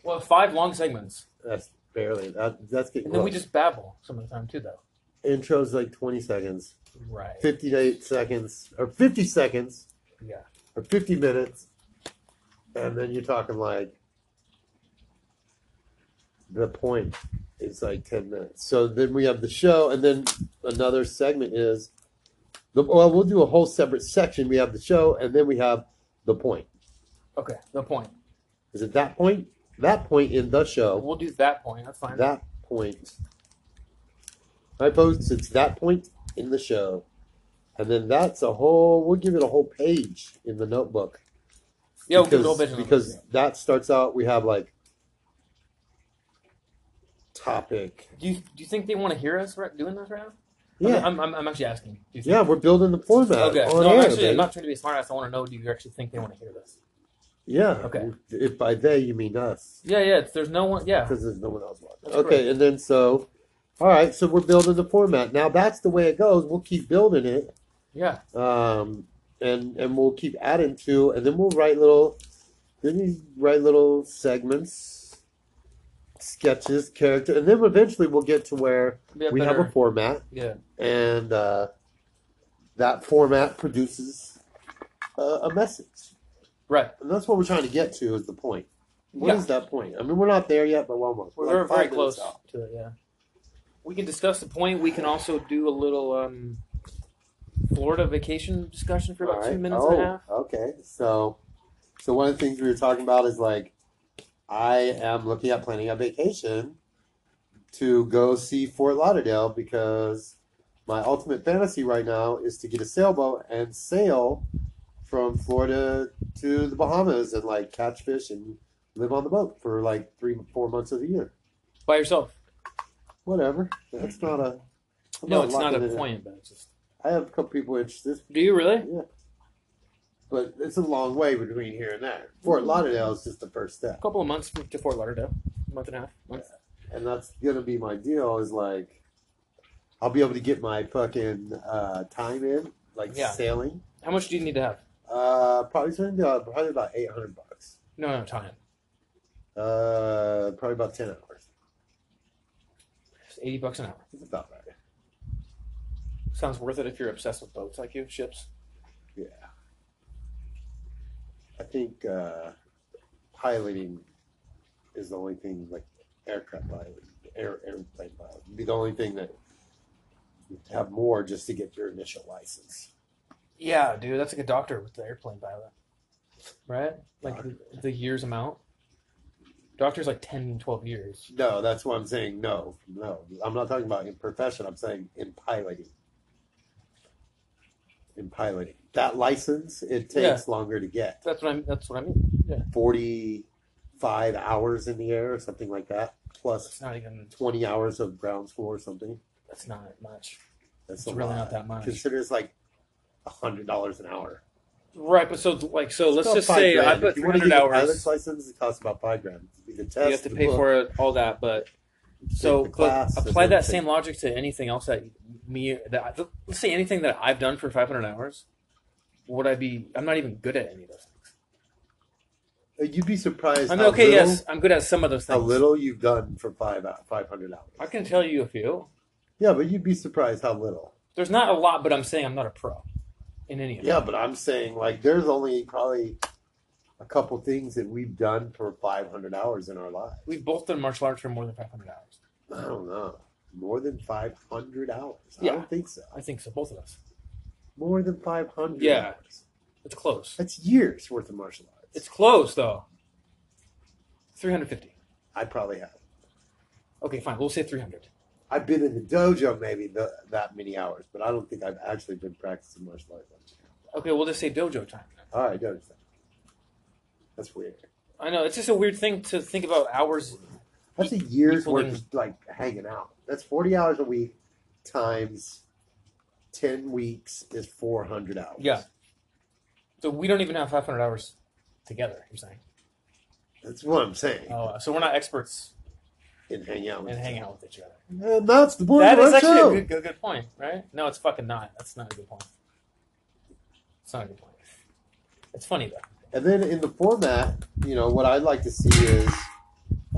Well, five long segments. That's barely. That, that's getting And then we close. just babble some of the time, too, though. intro's like twenty seconds, Right. fifty-eight seconds, or fifty seconds, Yeah. or fifty minutes, and then you're talking like the point is like ten minutes. So then we have the show, and then another segment is the. Well, we'll do a whole separate section. We have the show, and then we have the point. Okay, the point. Is it that point? That point in the show. We'll do that point. That's fine. Oh. That point. I post it's that point in the show. And then that's a whole we'll give it a whole page in the notebook. yeah, we'll do because, a little bit. of- because that starts out we have like topic. Do you, do you think they want to hear us right, doing this right now? Yeah. I'm, I'm, I'm actually asking. Do you think yeah, we're building the format. Okay. on No, air, actually, baby. I'm not trying to be a smartass. I want to know: Do you actually think they want to hear this? yeah. Okay. If by they you mean us. Yeah, yeah. There's no one. Yeah. Because there's no one else watching. That's okay, and then so All right, so we're building the format. Now that's the way it goes. We'll keep building it, Yeah. um, and and we'll keep adding to, and then we'll write little, then you write little segments, sketches, character, and then eventually we'll get to where Be a we have better, a format, yeah. and uh, that format produces a, a message, Right. and that's what we're trying to get to. Is the point? What is Yeah. that point? I mean, we're not there yet, but we're almost. We're We're very, like very five minutes close out. to it, yeah. We can discuss the point. We can also do a little um, Florida vacation discussion for about All two right. minutes oh, and a half. Okay. So so one of the things we were talking about is like I am looking at planning a vacation to go see Fort Lauderdale because my ultimate fantasy right now is to get a sailboat and sail from Florida to the Bahamas and like catch fish and live on the boat for like three four months of the year. By yourself. Whatever. That's not a I'm no, it's not locking a it in. point, but it's just. I have a couple people interested. Do you really? but it's a long way between here and there. Fort Lauderdale is just the first A step, couple of months to Fort Lauderdale. A month and a half. Month. and that's gonna be my deal. Is like, I'll be able to get my fucking uh, time in, like Yeah. sailing. How much do you need to have? Uh, probably something uh, probably about eight hundred bucks. No, no, time. Uh, probably about ten hours. It's 80 bucks an hour. It's about right. Sounds worth it if you're obsessed with boats like you, ships. Yeah, I think uh, piloting is the only thing like aircraft piloting, air airplane piloting, would be the only thing that you have more just to get your initial license. Yeah, dude, that's like a doctor with the airplane pilot. Right? Like the, the years amount. Doctor's like 10, 12 years. No, that's what I'm saying. No, no, I'm not talking about in profession. I'm saying in piloting. In piloting, that license it takes longer to get. That's what I'm that's what I mean. Forty-five hours in the air or something like that, It's plus not even twenty hours of ground school or something. that's not much. That's It's really not that much. Consider it's like hundred dollars an hour. Right, but so like so let's It's just about five say grand. I put If you three wanna hundred get a hours. Pilot's license it costs about five grand. You can test. You have to pay for it, all that, but so the but class and apply that everything. same logic to anything else that me that I, let's say anything that I've done for five hundred hours. Would I be? I'm not even good at any of those things. it. You'd be surprised. I mean, how okay, little, yes, I'm good at some of those How things. little you've done for five uh, five hundred hours. I can tell you a few. Yeah, but you'd be surprised how little. There's not a lot, but I'm saying I'm not a pro in any of Yeah, but I'm saying like there's only probably a couple things that we've done for five hundred hours in our lives. it. We've both done martial arts for more than 500 hours. I don't know. More than five hundred hours. I Yeah. don't think so. I think so, both of us. More than five hundred Yeah. hours. It's close. That's years worth of martial arts. It's close though. 350. I probably have. Okay, fine. We'll say 300. I've been in the dojo maybe the, that many hours, but I don't think I've actually been practicing martial arts. Okay, we'll just say dojo time. All right, dojo. time. That's weird. I know it's just a weird thing to think about hours. That's a year's People worth didn't- of like hanging out. That's forty hours a week times ten weeks is four hundred hours. Yeah. So we don't even have 500 hours together. You're saying? that's what I'm saying. Oh, so we're not experts in hanging out. in hanging out with each other. And that's the point That of is our actually a show. good, good, good point, right? No, it's fucking not. That's not a good point. It's not a good point. It's funny though. And then in the format, you know, what I'd like to see is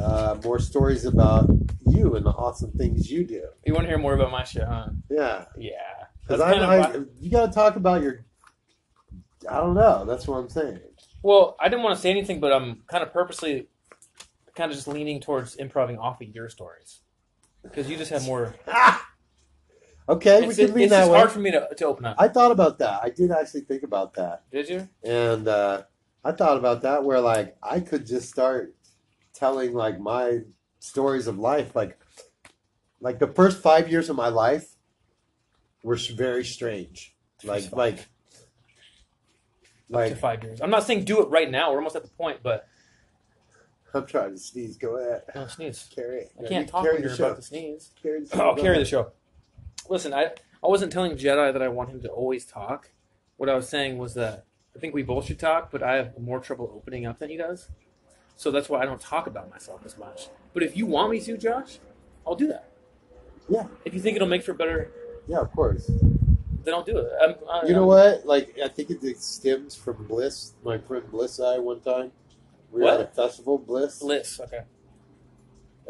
uh, more stories about you and the awesome things you do. You want to hear more about my shit, huh? Yeah. Yeah. Because That's I, kind of I- why- you got to talk about your. I don't know. That's what I'm saying. Well, I didn't want to say anything, but I'm kind of purposely, kind of just leaning towards improving off of your stories because you just have more. Ah! Okay, it's we can lean it's that just way. hard for me to, to open up. I thought about that. I did actually think about that, Did you? and uh, I thought about that where like I could just start telling like my stories of life, like like the first five years of my life were s- very strange. Like First like to like five years. I'm not saying do it right now. We're almost at the point, but I'm trying to sneeze. Go ahead, no sneeze. carry it. I can't You talk carry when the you're show. about to sneeze. Carry the show. I'll Go Oh, carry ahead. the show. Listen, I I wasn't telling Jedi that I want him to always talk. What I was saying was that I think we both should talk, but I have more trouble opening up than he does. So that's why I don't talk about myself as much. But if you want me to, Josh, I'll do that. Yeah. If you think it'll make for better, Yeah, of course. then I'll do it. Um, uh, I'm, I, You know what? Like, I think it stems from Bliss, my friend Bliss. I one time we were at a festival. Bliss. Bliss. um, Okay,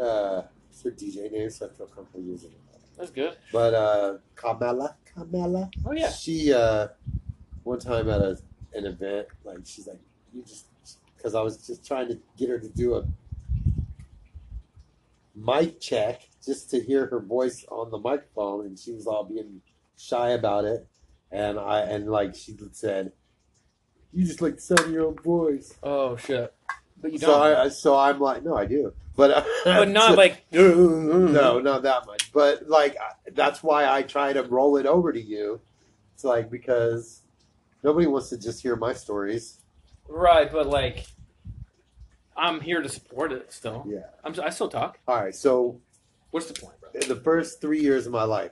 Uh, it's her DJ name, so I feel comfortable using it. that's good. But uh, Carmela, Carmela, Oh yeah. she uh, one time at a an event, like she's like, you just because I was just trying to get her to do a mic check just to hear her voice on the microphone, and she was all being shy about it, and I and like she said, you just like the sound of your own voice. Oh shit. But you So don't. I so I'm like, no, I do, but uh, but not like. Mm-hmm. no, not that much. But like I- that's why I try to roll it over to you. It's like because nobody wants to just hear my stories. Right, but like, I'm here to support it still. Yeah. I'm, I still talk. All right. So What's the point, bro? in the first three years of my life,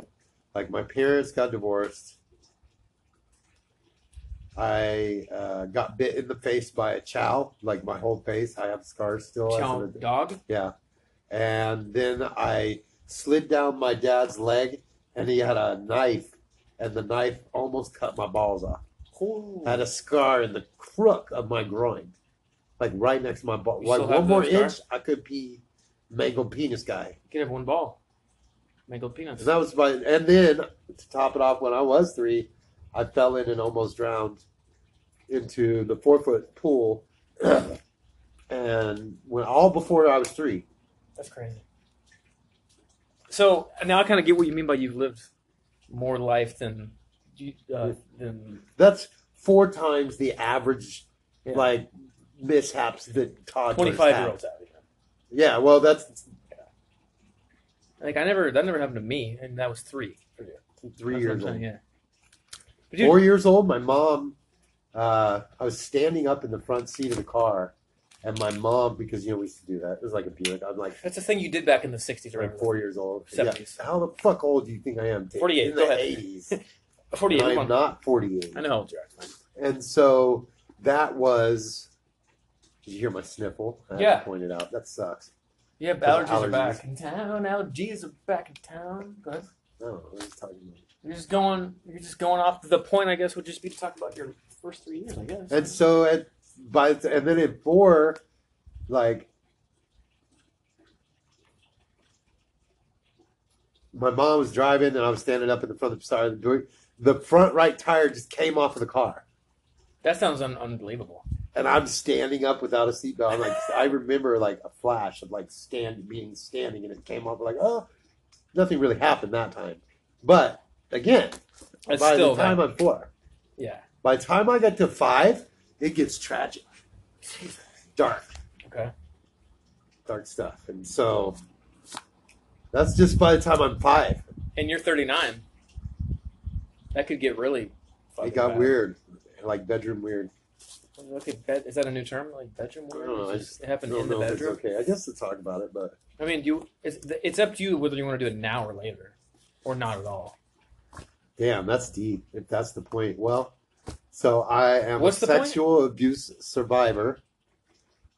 like my parents got divorced. I uh, got bit in the face by a chow, like my whole face. I have scars still. as Chow an adult. dog. Yeah. And then I slid down my dad's leg and he had a knife and the knife almost cut my balls off. I had a scar in the crook of my groin. Like right next to my ball. You Like still have one more that scar? inch, I could be mangled penis guy. You can have one ball. Mangled peanuts. And that was my and then to top it off when I was three, I fell in and almost drowned into the four foot pool and when all before I was three. That's crazy. So now I kind of get what you mean by you've lived more life than you uh, than That's four times the average, Yeah. like mishaps that toddlers twenty five year have. olds have. you know? Yeah, well, that's Like I never that never happened to me, and that was three. For you. three That's what I'm years saying, old. Yeah. But dude, Four years old. My mom. Uh, I was standing up in the front seat of the car, and my mom, because you know we used to do that. It was like a Buick. I'm like, that's the thing you did back in the sixties or like whatever. four years old. Seventies. Yeah. How the fuck old do you think I am? Dave? 48, In go the ahead. eighties. Forty eight. I'm not forty-eight. I know how old you are. And so that was. Did you hear my sniffle? I had to Yeah. point it out. That sucks. Yeah, allergies, Because allergies. are back in town. Allergies are back in town. Go ahead. No, I was talking about. You're just going. You're just going off the point. I guess would just be to talk about your first three years. I guess. And so at by the- and then at four, like my mom was driving and I was standing up in the front of the side of the door. The front right tire just came off of the car. that sounds un- unbelievable. And I'm standing up without a seatbelt. I'm Like I remember like a flash of like stand being standing and it came off like, oh nothing really happened that time. But again, That's by still the time that, I'm four. yeah. By the time I got to five, it gets tragic. Dark. Okay. dark stuff. And so that's just by the time I'm five. And you're 39. That could get really. fucking It got bad. weird, like bedroom weird. Okay, bed, is that a new term? Like bedroom I weird? don't know, Is I it just it happened don't in the know if it's bedroom. okay. I guess to talk about it, but I mean, do you, it's it's up to you whether you want to do it now or later, or not at all. damn, that's deep. If that's the point, well, so I am What's a the point? sexual abuse survivor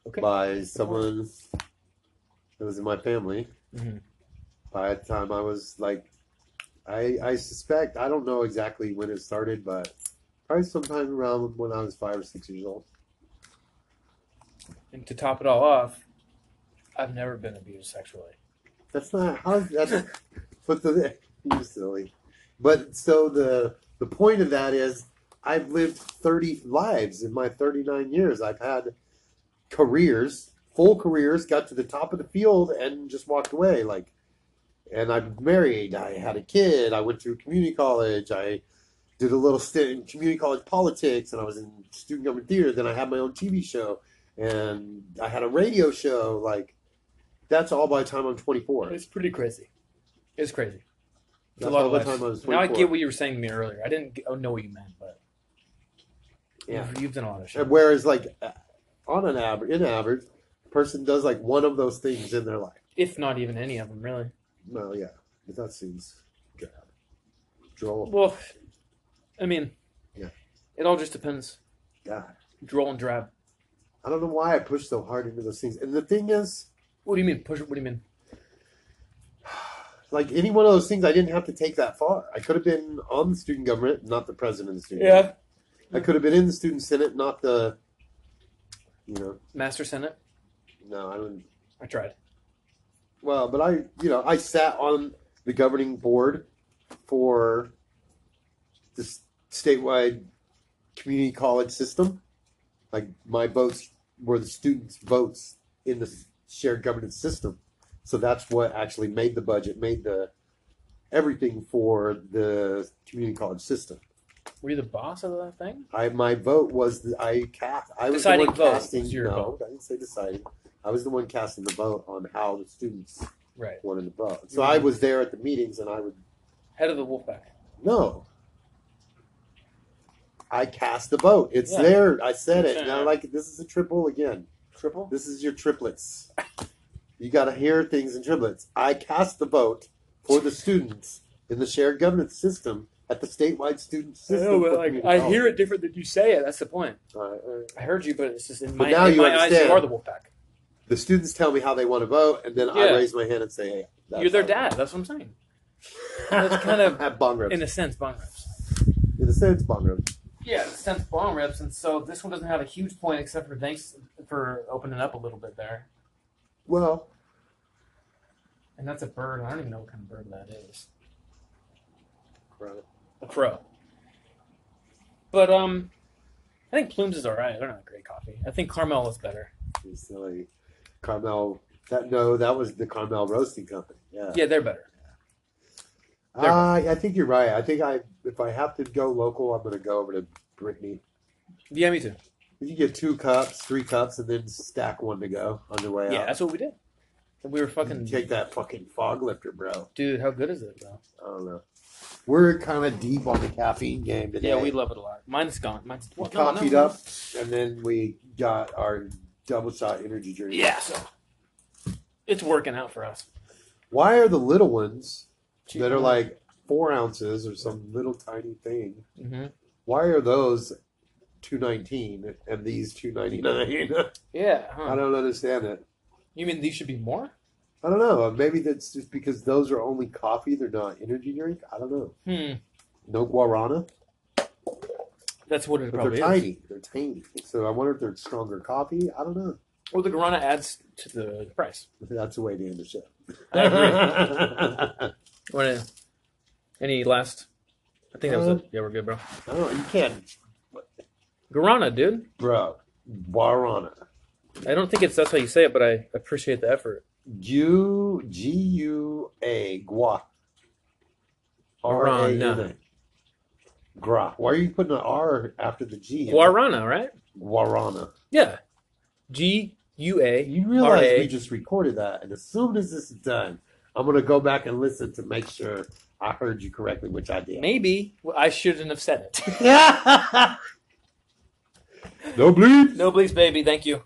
Okay. by someone that was in my family. Mhm. By the time I was like, I I suspect I don't know exactly when it started, but probably sometime around when I was five or six years old. And to top it all off, I've never been abused sexually. That's not how. That's but the you're silly. But so the the point of that is, I've lived thirty lives in my thirty nine years. I've had careers, full careers, got to the top of the field, and just walked away. Like, and I'm married. I had a kid. I went through community college. I did a little stint in community college politics, and I was in student government theater. Then I had my own TV show, and I had a radio show. Like. That's all by the time I'm 24. It's pretty crazy. It's crazy. It's That's a lot all of the life. time I was now I 24. get what you were saying to me earlier. I didn't g- oh, know what you meant, but Yeah. you've, you've done a lot of shit. And whereas, like, uh, on an average, in average, person does like one of those things in their life. If not even any of them, really. Well, yeah, but that seems drab. Droll. Well, I mean, Yeah. it all just depends. God, Droll and drab. I don't know why I push so hard into those things. And the thing is, What do you mean? Push. What do you mean? like any one of those things, I didn't have to take that far. I could have been on the student government, not the president of the student. Yeah. government. I could have been in the student senate, not the. You know, Master Senate. no, I don't. I tried. Well, but I, you know, I sat on the governing board for this statewide community college system. Like my votes were the students' votes in the shared governance system, so that's what actually made the budget, made the everything for the community college system. Were you the boss of that thing? I my vote was the, I cast. I was Deciding the one vote casting. was your no, vote. I didn't say deciding. I was the one casting the vote on how the students Right. one in the boat. So I was there at the meetings, and I would Head of the Wolfpack. no. I cast the vote. It's Yeah. there. I said it. Yeah. Now, like this is a triple again. Triple. This is your triplets. You got to hear things in triplets. I cast the vote for the students in the shared governance system at the statewide student system. for community I hear college. it different than you say it. That's the point. All right, all right. I heard you, but it's just in But my, now in you my eyes. understand. You are the Wolfpack. The students tell me how they want to vote, and then Yeah. I raise my hand and say, "Hey, that's You're their how I dad. That's what I'm saying. vote." That's kind of- at bong rips. In a sense, bong reps. In a sense, bong rips. Yeah, in a sense, bong reps. And so this one doesn't have a huge point except for thanks for opening up a little bit there. Well, And that's a bird. I don't even know what kind of bird that is. right. A crow. But um, I think Plumes is all right. They're not great coffee. I think Carmel is better. It's silly. Carmel. That no, that was the Carmel Roasting Company. Yeah. Yeah, they're better. they're- Uh, I think you're right. I think I if I have to go local, I'm going to go over to Brittany. Yeah, me too. You can get two cups, three cups, and then stack one to go on your way Yeah, out. that's what we did. And we were fucking. Take that fucking fog lifter, bro. Dude, how good is it though? I don't know. We're kind of deep on the caffeine game today. Yeah, we love it a lot. Mine's gone. Mine's we well, no, coffeeed no. up, and then we got our double shot energy drink. Yeah, so it's working out for us. Why are the little ones that are like four ounces or some little tiny thing hmm why are those 219 and these 299 yeah. i Huh. don't understand it You mean these should be more? i don't know maybe that's just because those are only coffee they're not energy drink i don't know Hmm. no guarana That's what it but they're probably is. tiny they're tiny so i wonder if they're stronger coffee i don't know Or the guarana adds to the price. that's the way to end the show I agree. Wanna- any last? I think that was Um, it. Yeah, we're good, bro. no Oh, you can't Guarana, dude. bro guarana I don't think it's that's how you say it, but I appreciate the effort. U G U A gua. R A N A. Guarana. Gra. Why are you putting an R after the G? in it? Guarana, right? Guarana. Yeah. G U A. You realize R A. we just recorded that, and as soon as this is done, I'm gonna go back and listen to make sure I heard you correctly, which I did. Maybe I shouldn't have said it. no bleep. no, please, baby. Thank you.